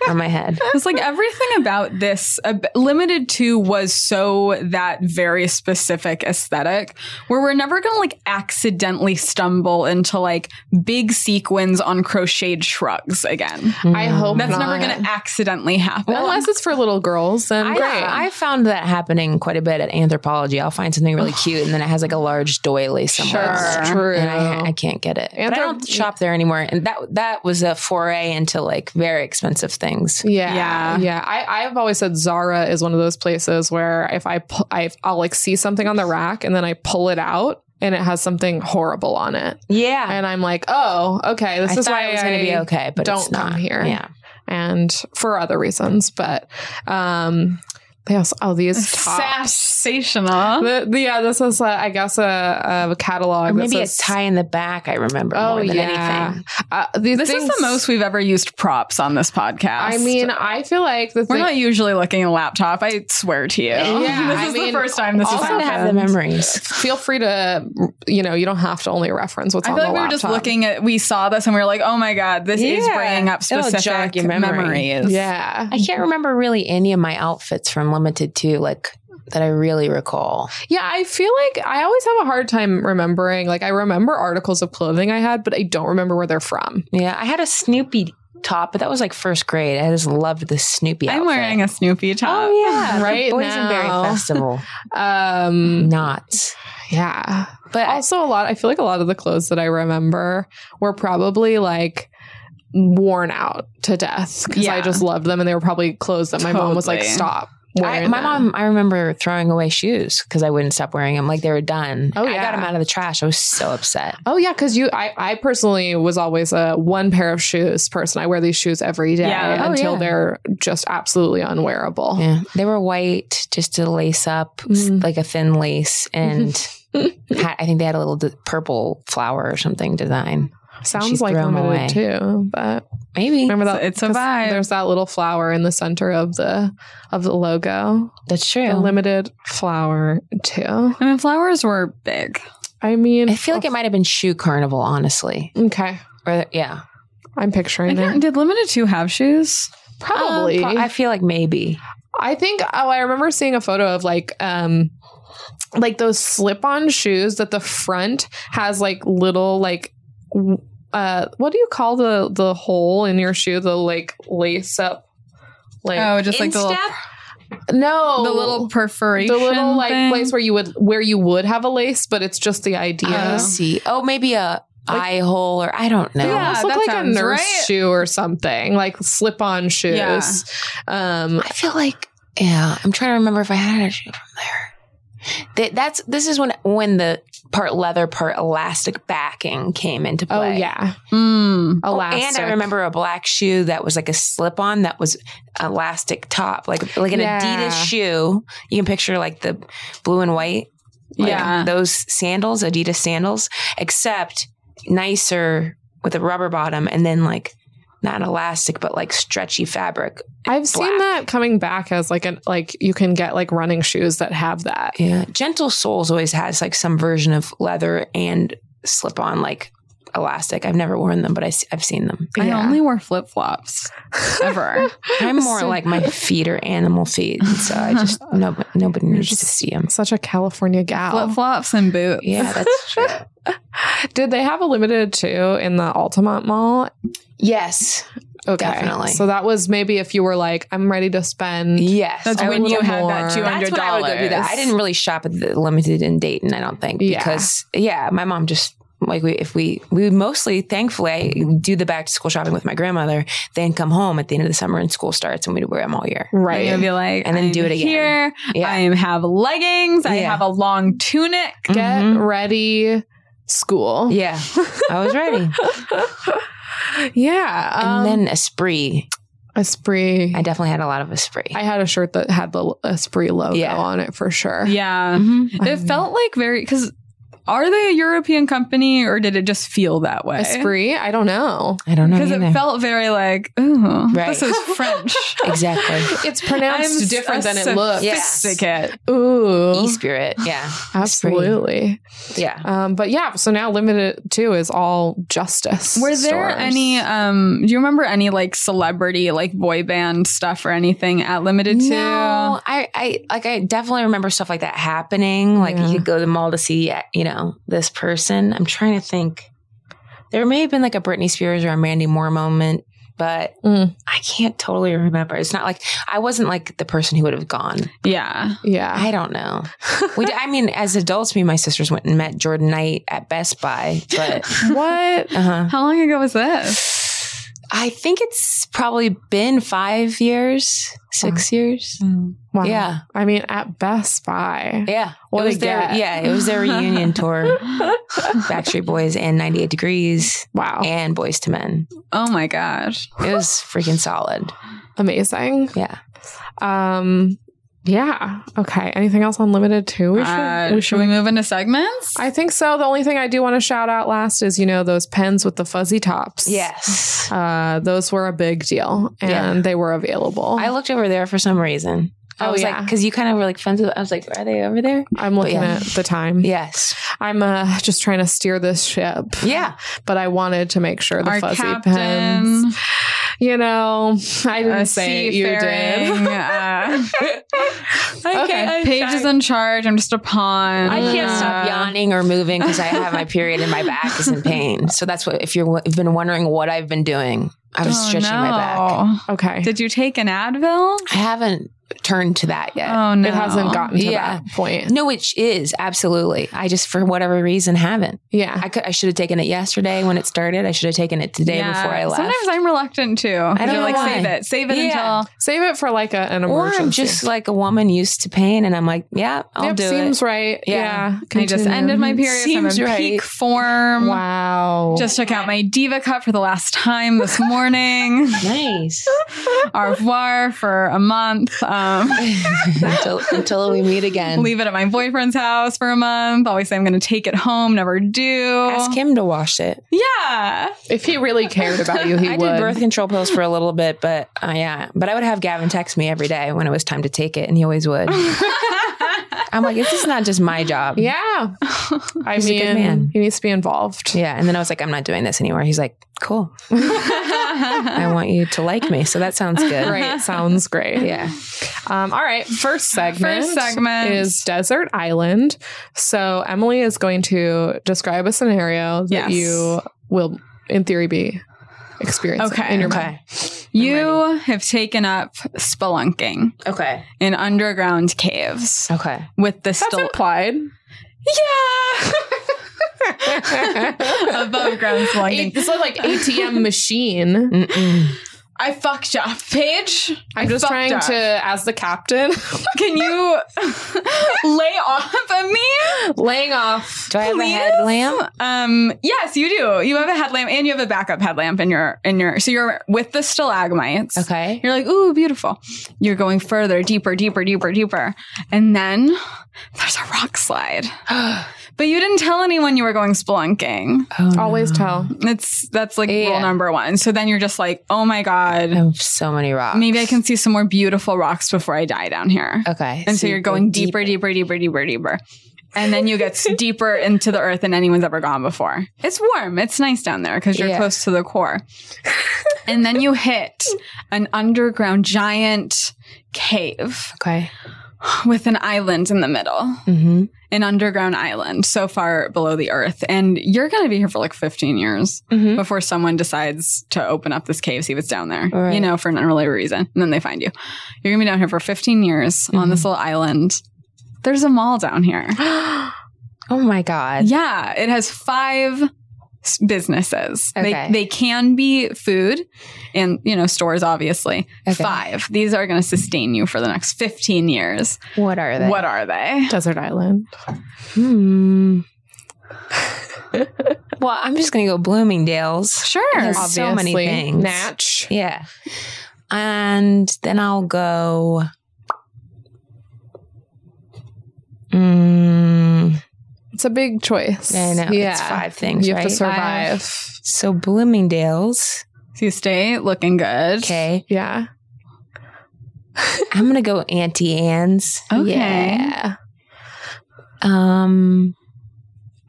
on my head.
It's like everything about this ab- limited to was so that very specific aesthetic where we're never going to like accidentally stumble into like big sequins on crocheted shrugs again.
I
Mm.
hope
That's
not.
never going to accidentally happen.
Mm. Unless it's for little girls, then
I,
Um, great.
I found that happening quite a bit at anthropology. I'll find something really cute, and then it has like a large doily somewhere.
Sure.
That's true.
And I, I can't get it. but I
Anthrop-
don't shop there anymore. And that that was a foray into like very expensive things.
Yeah,
Yeah.
yeah. I, I've always said Zara is one of those places where if I, pu- I I'll like see something on the rack and then I pull it out and it has something horrible on it,
Yeah,
and I'm like, oh, okay, this
Ah. I
is
thought
why
it was going to be okay, but
don't
it's not
come here.
Yeah,
And for other reasons, but um, they also oh these tops.
sensational.
The, the- yeah, this is uh, I guess a, a catalog.
or
that
maybe
says-
a tie in the back. I remember
Oh
more than
yeah,
anything.
Uh, these
This is
things-
the most we've ever used props on this podcast.
I mean, I feel like the
we're
thing-
not usually looking at a laptop. I swear to you.
Yeah,
this
I
is the
mean,
first time this has
also
Also, to
happened.
have the memories.
feel free to you know you don't have to only reference what's
I
on
feel like
the
we were
laptop.
just looking at, we saw this and we were like, oh my God, this is
Yeah.
bringing up
It'll jog
specific
your memory.
memories.
yeah
I can't remember really any of my outfits from Limited to like that I really recall.
Yeah, I feel like I always have a hard time remembering. Like I remember articles of clothing I had, but I don't remember where they're from.
Yeah, I had a Snoopy top, but that was like first grade. I just loved the Snoopy.
I'm
outfit.
wearing a Snoopy top.
Oh yeah,
Right
the Boysenberry
now.
Festival.
Um,
Not.
yeah, but also a lot. I feel like a lot of the clothes that I remember were probably like worn out to death because I
Yeah.
just loved them, and they were probably clothes that my mom was like,
Totally.
"Stop."
I,
wearing
my
that."
mom, I remember throwing away shoes because I wouldn't stop wearing them. Like they were done.
Oh,
I
yeah.
got them out of the trash. I was so upset.
Oh yeah, because you, I, I personally was always a one pair of shoes person. I wear these shoes every day
Yeah.
Oh,
until
yeah.
they're just absolutely unwearable.
Yeah, they were white, just to lace up, s-
Mhm.
like a thin lace, and had, I think they had a little d- purple flower or something design.
Sounds
She's
like
thrown
limited
away.
too, but
Maybe
remember that
It's a
'cause
vibe.
There's that little flower in the center of the of the logo.
that's
A
true.
limited flower too.
I mean, flowers were big.
I mean,
I feel like it might have been shoe carnival, honestly.
okay.
Or yeah,
I'm
I
picturing
can't-
it.
did Limited Two have shoes?
Probably.
Um, pro- Um, I feel like maybe.
I think oh I remember seeing a photo of like um like those slip-on shoes that the front has like little like w- uh what do you call the the hole in your shoe the like lace up like
oh, just like the little,
Instep?
no
the
the
little perforation,
little like
thing.
place where you would where you would have a lace but it's just the idea
I see. Oh, maybe a
uh, Like-
eye hole, or I don't know.
They
Yeah,
almost look
Ah, that
like a
sounds
nurse
right.
shoe or something, like slip-on shoes.
Yeah.
Um,
I feel like yeah. I'm trying to remember if I had a shoe from there. That, that's this is when when the part leather, part elastic backing came into
oh
play.
yeah,
Mm.
Oh,
elastic.
And I remember a black shoe that was like a slip on that was elastic top, like like an
Yeah.
Adidas shoe. You can picture like the blue and white. like
Yeah.
Those sandals, Adidas sandals, except nicer with a rubber bottom and then like not elastic, but like stretchy fabric.
I've seen that coming back as like an like you can get like running shoes that have that.
Yeah. Gentle Souls always has like some version of leather and slip on like elastic. I've never worn them, but I, have seen them.
I
Yeah.
only wore flip flops ever.
I'm more
So-
like my feet are animal feet, so I just no, nobody needs to see them.
Such a California
flip
gal.
flops and boots.
Yeah, that's true.
Did they have a limited two in the Altamont Mall?
yes,
Okay,
Definitely.
So that was maybe if you were like, I'm ready to spend.
yes.
That's
I
when
would
you
love
had
more.
that two
That's
hundred
when I would go do that. I didn't really shop at the limited in Dayton, I don't think,
Yeah.
because yeah, my mom just like we if we we would mostly thankfully I do the back to school shopping with my grandmother, then come home at the end of the summer and school starts and we'd wear them all year.
I'm gonna
Right.
be like,
And then
I'm
do it again.
Here,
Yeah.
I have leggings. I
Yeah.
have a long tunic.
Get
Mhm.
ready, school.
Yeah, I was ready.
yeah. um,
and then Esprit,
Esprit.
I definitely had a lot of Esprit.
I had a shirt that had the Esprit logo
Yeah.
on it for sure.
Yeah,
Mhm.
it felt like very because are they a European company or did it just feel that way?
Esprit. I don't know.
I don't know
Because
either.
it felt very like, ooh,
Right.
this is French.
exactly.
It's pronounced
I'm
different
a
than it looks.
Yeah.
Sophisticate.
Ooh.
E spirit, yeah,
Absolutely.
yeah.
Um, but yeah, so now limited two is all justice.
Were there
stores.
any?
uh,
Um, do you remember any like celebrity like boy band stuff or anything at Limited Two?
No, I, I like I definitely remember stuff like that happening. Like
Yeah.
you could go to the mall to see, you know, this person. I'm trying to think. There may have been like a Britney Spears or a Mandy Moore moment, but
Mm.
I can't totally remember. It's not like I wasn't like the person who would have gone.
Yeah.
Yeah.
I don't know. we, d- I mean, as adults, me and my sisters went and met Jordan Knight at Best Buy, but
what?
uh huh.
How long ago was this?
I think it's probably been five years, six years.
Oh
Wow.
Yeah.
I mean, at Best Buy.
Yeah.
What
it was
a
their,
get.
Yeah, it was their reunion tour. Backstreet Boys and 98 Degrees
Wow.
and Boys to Men.
Oh my gosh.
It was freaking solid.
Amazing.
Yeah.
Um, yeah. Okay. Anything else on limited two? We should.
Uh,
we
should we
should.
move into segments?
I think so. The only thing I do want to shout out last is you know those pens with the fuzzy tops.
Yes.
Uh, those were a big deal, and
Yeah.
they were available.
I oh, looked over there for some reason. I
Oh,
was
yeah.
like, because you kind of were like friends with, I was like, are they over there?
I'm looking
yeah.
at the time.
Yes.
I'm uh, just trying to steer this ship.
Yeah.
but I wanted to make sure the
Our
fuzzy
captain.
pens. You know, I didn't
uh,
say it, you did.
seafaring, uh,
okay, I'm
Paige is in charge. I'm just a pawn.
I can't
Uh,
stop yawning or moving because I have my period and my back is in pain. So that's what, if you're, you've been wondering what I've been doing, I was
Oh,
stretching my back.
no.
Okay.
Did you take an Advil?
I haven't turned to that yet.
Oh no,
It hasn't gotten to
Yeah.
that point.
No, which is absolutely. I just, for whatever reason, haven't.
Yeah.
I could, I should have taken it yesterday when it started. I should have taken it today
Yeah.
before I left.
Sometimes I'm reluctant too. I
don't
do
know
like
why.
save it, save it
Yeah.
until
Save it for like a, an
or
emergency.
I'm just like a woman used to pain, and I'm like, yeah, I'll
Yep,
do
seems
it.
right.
Yeah.
Yeah.
I just
Continue.
ended my period.
Seems
I'm in
right.
peak form.
Wow.
Just took out my diva cup for the last time this morning.
Nice.
Au revoir for a month. Um,
until, until we meet again.
leave it at my boyfriend's house for a month. Always say I'm going to take it home. Never do.
Ask him to wash it.
Yeah.
if he really cared about you, he
I
would.
did birth control pills for a little bit, but uh, yeah. But I would have Gavin text me every day when it was time to take it, and he always would. I'm like, this is not just my job.
yeah. I
He's a
mean,
good man.
he needs to be involved.
Yeah. And then I was like, I'm not doing this anymore. He's like, cool. I want you to like me. So that sounds good.
Great. Sounds great.
Yeah.
Um, all right. First segment.
First segment.
is Desert Island. So Emily is going to describe a scenario that
Yes.
you will, in theory, be experiencing
Okay.
in your mind.
Okay.
You have taken up spelunking
Okay.
in underground caves
Okay.
with the
That's
still
implied.
yeah above ground spelunking.
It's like ATM machine.
Mm-mm.
I fucked up, Paige.
I'm
I
just
fucked
trying
up.
to, as the captain,
Can you lay off of me?
laying off.
Do I have a
Please?
headlamp?
Um, yes, you do. You have a headlamp and you have a backup headlamp in your in your so you're with the stalagmites.
Okay.
You're like, ooh, beautiful. You're going further, deeper, deeper, deeper, deeper. And then there's a rock slide. but you didn't tell anyone you were going spelunking.
Oh,
Always
no.
tell.
It's that's like
Yeah.
rule number one. So then you're just like, oh my God.
I have so many rocks.
Maybe I can see some more beautiful rocks before I die down here.
Okay.
And so,
you
you're
go
going deeper, deeper, deeper, deeper, deeper. And then you get deeper into the earth than anyone's ever gone before. It's warm. It's nice down there because you're
Yeah.
close to the core. and then you hit an underground giant cave
Okay.
with an island in the middle,
Mm-hmm.
an underground island so far below the earth. And you're going to be here for like 15 years
Mm-hmm.
before someone decides to open up this cave, see what's down there,
Right.
you know, for an unrelated reason. And then they find you. You're going to be down here for 15 years on
Mm-hmm.
this little island. There's a mall down here.
Oh my God.
yeah, it has five s- businesses.
Okay.
They, they can be food and, you know, stores, obviously.
Okay.
Five. These are going to sustain you for the next 15 years.
What are they?
What are they?
Desert Island.
Hmm. well, I'm just gonna go Bloomingdale's.
Sure.
There's so many
Obviously,
things.
Natch.
Yeah. And then I'll go. Mm,
It's a big choice.
I know
Yeah.
it's five things,
you
right?
have to survive.
So Bloomingdale's.
So you stay looking good.
Okay,
Yeah.
I'm gonna go Auntie Anne's.
Okay.
Yeah.
Um,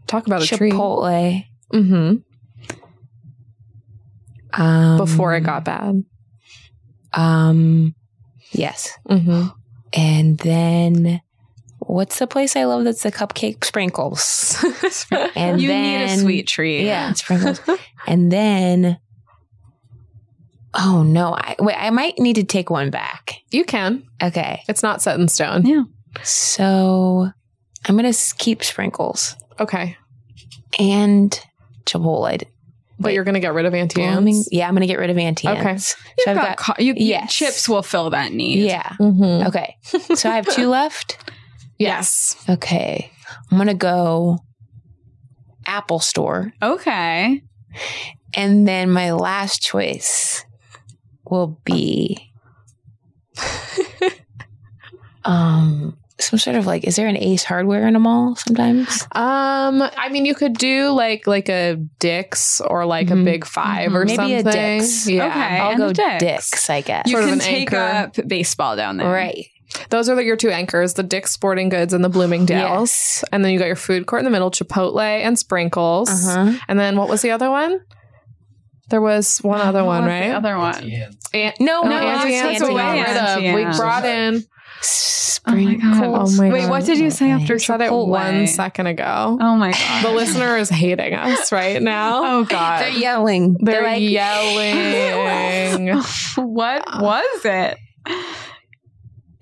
Talk about a tree.
Chipotle.
Mm-hmm.
Um,
Before it got bad.
Um, yes.
Mm-hmm.
And then what's the place I love that's the cupcake sprinkles?
Mm-hmm.
And
you
then,
need a sweet treat.
Yeah, sprinkles. and then Oh no, I wait, I might need to take one back.
You can.
Okay.
It's not set in stone.
Yeah.
So I'm going to keep sprinkles
Okay.
and Chipotle.
But
Wait.
you're going to get rid of Auntie
Blooming-
Anne's.
Yeah, I'm going to get rid of Auntie
Okay.
Anne's.
You've
So I've
got, co- you, you-
Yes.
chips will fill that need.
Yeah.
Mm-hmm.
Okay. So I have two left.
Yes.
Okay. I'm going to go Apple Store.
Okay.
And then my last choice will be um some sort of like is there an ace hardware in a mall sometimes?
Um, I mean, you could do like like a Dix or like
Mhm.
a Big 5 or
Maybe
something.
a Dick's.
Yeah.
Okay.
I'll
and
go
a Dick's.
dicks. I guess.
You
Sort of
can
an
take
anchor.
up baseball down there.
right.
Those are like your two anchors: the Dick's Sporting Goods and the Bloomingdale's.
Yes.
And then you got your food court in the middle: Chipotle and Sprinkles.
Uh-huh.
And then what was the other one? There was one other
Uh, What
one,
was
right?
The other one.
An-
No, Oh,
no,
no,
Auntie
Auntie
Anne's what we
Anne's.
got rid of.
Auntie
We brought in.
Spring.
God.
cold.
Oh my
Wait,
God.
what did you say after
I said it
Chipotle?
one second ago.
Oh my god.
The listener is hating us right now.
Oh god.
They're yelling.
They're,
like,
yelling.
what was it?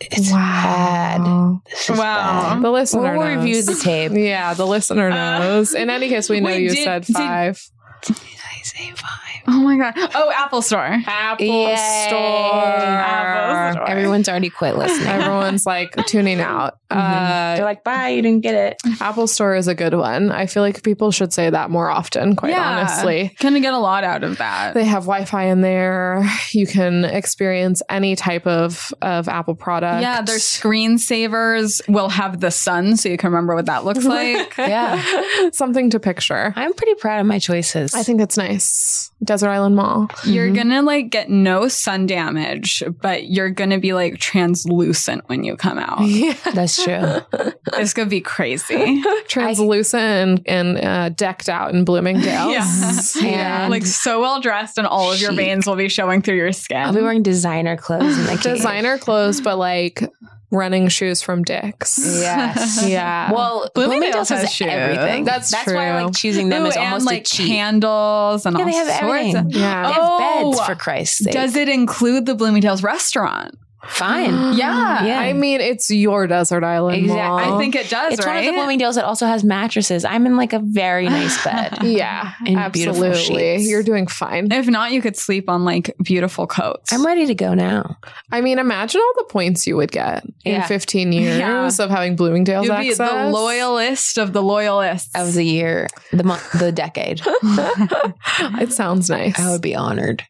it's bad. This is
Wow.
bad.
The listener
Oh. We'll
knows.
review the tape.
Yeah, the listener
Uh,
knows. In any case, we know
wait,
you
did-
said
did-
five.
I say five.
Oh my god. Oh, Apple Store.
Apple
Yay.
Store.
Apple Store.
Everyone's already quit listening.
Everyone's like tuning out.
Mhm. They're
Uh,
like, bye, you didn't get it.
Apple Store is a good one. I feel like people should say that more often, quite
Yeah.
honestly.
Can get a lot out of that.
They have Wi Fi in there. You can experience any type of, of Apple product.
Yeah, their screensavers will have the sun, so you can remember what that looks like.
yeah. Something to picture.
I'm pretty proud of my choices.
I think it's nice. Desert Island Mall.
You're gonna like get no sun damage, but you're gonna be like translucent when you come out.
Yeah.
that's true.
It's gonna be crazy.
Translucent and, and uh, decked out in Bloomingdale's.
Yeah. Yeah,
And-
like so well dressed, and all of your
Chic.
veins will be showing through your
I'll be
skin.
wearing designer clothes in the cave.
Designer clothes, but like running shoes from Dick's.
Yes.
Yeah.
Well, Bloomingdale's,
Bloomingdale's has
has
shoes.
everything.
That's
that's why I
true.
like choosing them
Ooh,
is
and
almost
like
a cheat.
candles and
Yeah,
all
they have
sorts.
everything.
yeah.
they have
Oh.
beds for Christ's sake.
Does it include the Bloomingdale's restaurant?
Fine.
Oh, Yeah.
Yeah.
I mean, it's your desert island.
Exact-
Mall.
I think it does,
it's
right?
one of the Bloomingdale's that also has mattresses. I'm in like a very nice bed.
Yeah,
And beautiful
absolutely.
sheets.
You're doing fine.
if not, you could sleep on like beautiful coats.
I'm ready to go now.
I mean, imagine all the points you would get in
Yeah.
15 years
Yeah.
of having Bloomingdale's
You'd be
access.
the loyalist of the loyalists.
Of the year, the month, the decade,
It sounds nice.
I would be honored.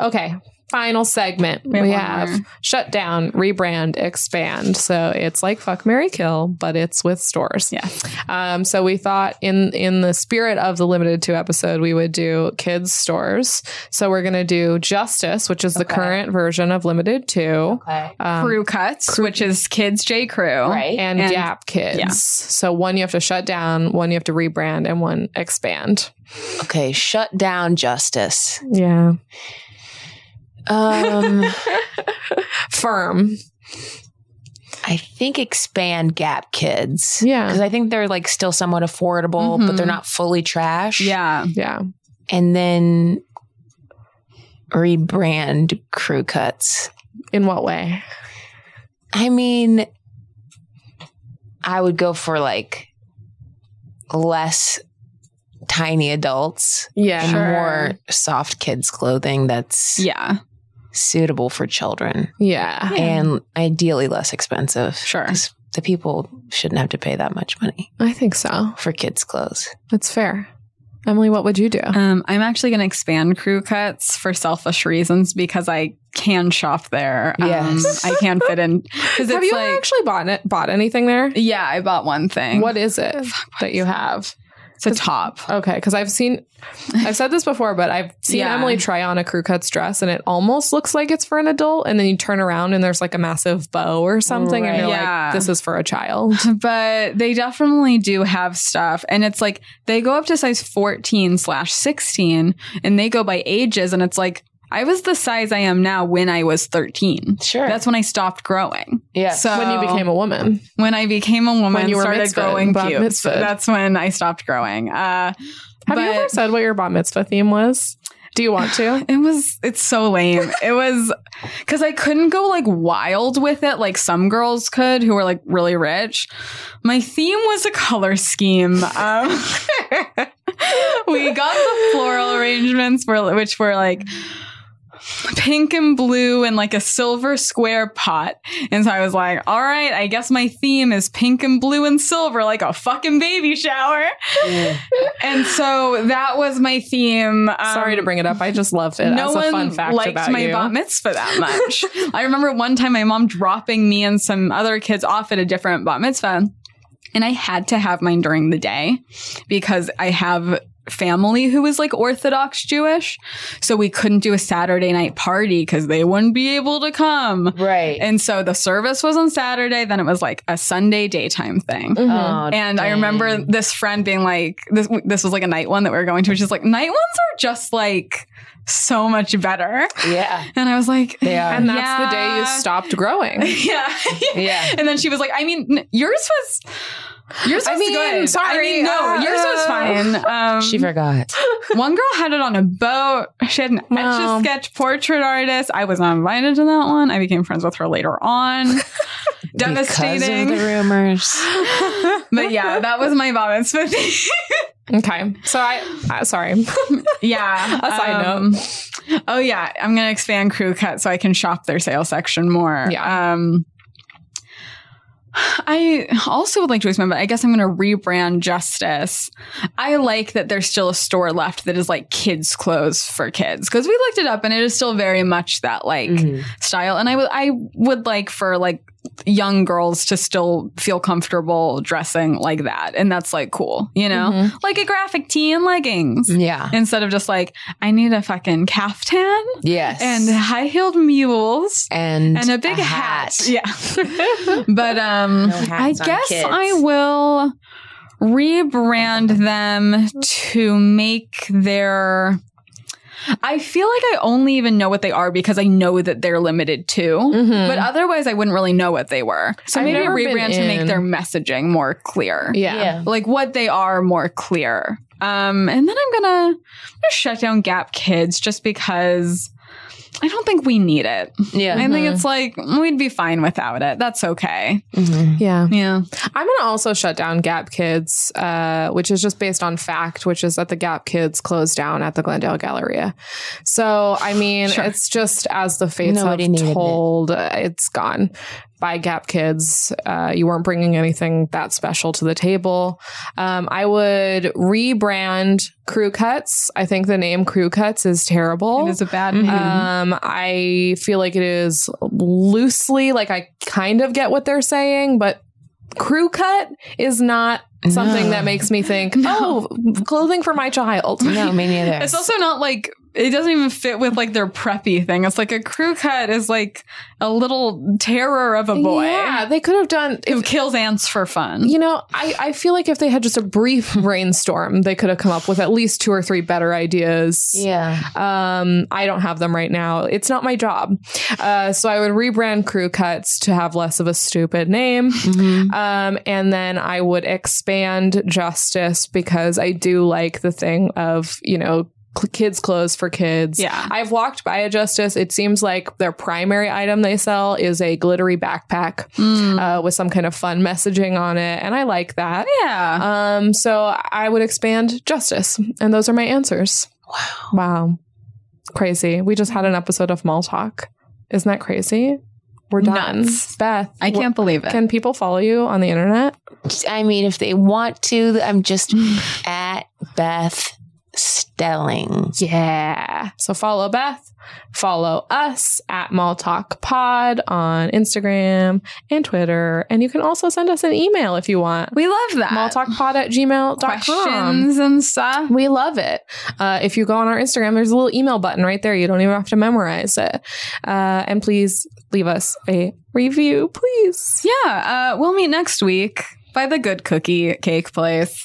Okay. Final segment.
We
We,
have one
have
more.
shut down, rebrand, expand. So it's like fuck, Mary kill, but it's with stores.
Yeah.
Um, so we thought in in the spirit of the limited two episode, we would do kids stores. So we're gonna do Justice, which is the
Okay.
current version of limited two,
Okay.
um,
crew cuts, which is kids J Crew.
Right.
and,
And-
Gap Kids.
yeah.
So one you have to shut down, one you have to rebrand, and one expand.
Okay. Shut down justice.
Yeah,
Um,
firm.
I think expand Gap Kids.
Yeah,
Because I think they're like still somewhat affordable, but they're
Mhm.
not fully trash.
Yeah.
yeah.
And then rebrand crew cuts.
In what way?
I mean, I would go for like less tiny adults
Yeah,
and
Sure.
more soft kids clothing that's
Yeah.
suitable for children
yeah.
and ideally less expensive.
Sure.
'Cause The people shouldn't have to pay that much money
I think so.
for kids' clothes.
That's fair. Emily, what would you do?
Um, I'm actually going to expand crew cuts for selfish reasons because I can shop there. Um,
Yes.
I can fit in. Because
Have
it's
you
like,
actually bought it, bought anything there?
yeah, I bought one thing.
What is it that you have?
It's a top.
Okay, because I've seen, I've said this before, but I've seen
Yeah.
Emily try on a crew cuts dress, and it almost looks like it's for an adult, and then you turn around and there's like a massive bow or something, and you're
Right. Yeah.
like, "This is for a child."
But they definitely do have stuff. And it's like they go up to size 14 slash 16 and they go by ages. And it's like, I was the size I am now when I was 13.
Sure.
That's when I stopped growing.
yeah.
So
when you became a woman,
when I became a woman,
When you were
started
mitzvahed,
growing
bat
pubes.
mitzvahed.
That's when I stopped growing. Uh,
have you
but-
ever said what your bat mitzvah theme was? Do you want to?
It was, it's so lame. it was because I couldn't go like wild with it like some girls could who were like really rich. My theme was a color scheme. Um, we got the floral arrangements, were, which were like pink and blue and like a silver square pot. And so I was like, all right, I guess my theme is pink and blue and silver, like a fucking baby shower. And so that was my theme. Um,
Sorry to bring it up. I just loved it.
no
as a
one
fun fact
liked
about
my
you.
bat mitzvah that much. I remember one time my mom dropping me and some other kids off at a different bat mitzvah, and I had to have mine during the day because I have family who was like Orthodox Jewish. So we couldn't do a Saturday night party because they wouldn't be able to come.
Right.
And so the service was on Saturday, then it was like a Sunday daytime thing.
Mhm.
And I remember this friend being like, this, this was like a night one that we were going to, which is like, night ones are just like so much better.
Yeah.
And I was like,
They are.
and that's the day you
Yeah.
stopped growing.
yeah.
Yeah.
And then she was like, I mean, n- yours was, yours was
I mean,
good. I
sorry,
mean, no,
uh,
yours was fine. Um,
She forgot.
one girl had it on a boat. She had an etch
Wow.
a sketch portrait artist. I was not invited to that one. I became friends with her later on. Devastating.
Because of the rumors.
but yeah, that was my vomit smoothie.
Okay, so I, I sorry.
yeah.
A side
note. Oh yeah, I'm gonna expand crew cut so I can shop their sales section more.
Yeah.
Um, I also would like to expand, but I guess I'm going to rebrand Justice. I like that there's still a store left that is like kids' clothes for kids because we looked it up and it is still very much that like
Mm-hmm.
Mhm.
style. And I would I would like for like young girls to still feel comfortable dressing like that, and that's like cool, you know,
Mhm.
like a graphic tee and leggings
Yeah.
instead of just like I need a fucking caftan
Yes.
and high heeled mules
and,
and a big hat. Yeah, but um,
No
I
hats on
guess
kids.
I will rebrand them to make their. I feel like I only even know what they are because I know that they're limited to.
Mhm.
But otherwise, I wouldn't really know what they were. So
I've
maybe a
never been
rebrand to make
in.
their messaging more clear
yeah.
like what they are more clear. Um, and then I'm gonna, I'm gonna shut down Gap Kids just because I don't think we need it.
Yeah.
I think it's like we'd be fine without it. That's okay.
Mhm.
Yeah.
Yeah.
I'm going to also shut down Gap Kids, uh, which is just based on fact, which is that the Gap Kids closed down at the Glendale Galleria. So, I mean,
Sure.
it's just as the fates
Nobody needed
have
it.
told, uh, it's gone. By Gap Kids, uh, you weren't bringing anything that special to the table. Um, I would rebrand Crew Cuts. I think the name Crew Cuts is terrible.
It is a bad
Mhm.
name.
Um, I feel like it is loosely like I kind of get what they're saying, but crew cut is not something
No.
that makes me think,
No.
oh, clothing for my child.
No, me neither.
it's also not like it doesn't even fit with like their preppy thing. It's like a crew cut is like a little terror of a boy
Yeah, they could have done.
who
If,
kills ants for fun.
you know, I, I feel like if they had just a brief brainstorm, they could have come up with at least two or three better ideas.
yeah.
Um, I don't have them right now. It's not my job. Uh, so I would rebrand Crew Cuts to have less of a stupid name.
Mhm.
Um, and then I would expand justice because I do like the thing of, you know, cl- kids' clothes for kids.
Yeah.
I've walked by a justice. It seems like their primary item they sell is a glittery backpack
Mm.
uh, with some kind of fun messaging on it. And I like that.
yeah.
Um, so I would expand justice. And those are my answers. Wow. Wow. Crazy. We just had an episode of Mall Talk. Isn't that crazy? We're done.
Nuts.
Beth.
I
wh-
can't believe it.
Can people follow you on the internet?
I mean, if they want to, I'm just at Beth Stelling.
Yeah. So follow Beth, follow us at Mall Talk Pod on Instagram and Twitter. And you can also send us an email if you want.
we love that.
Malltalkpod at gmail.com.
questions and stuff.
We love it. Uh, if you go on our Instagram, there's a little email button right there. You don't even have to memorize it. Uh, and please leave us a review, please.
Yeah, uh, we'll meet next week by the good cookie cake place.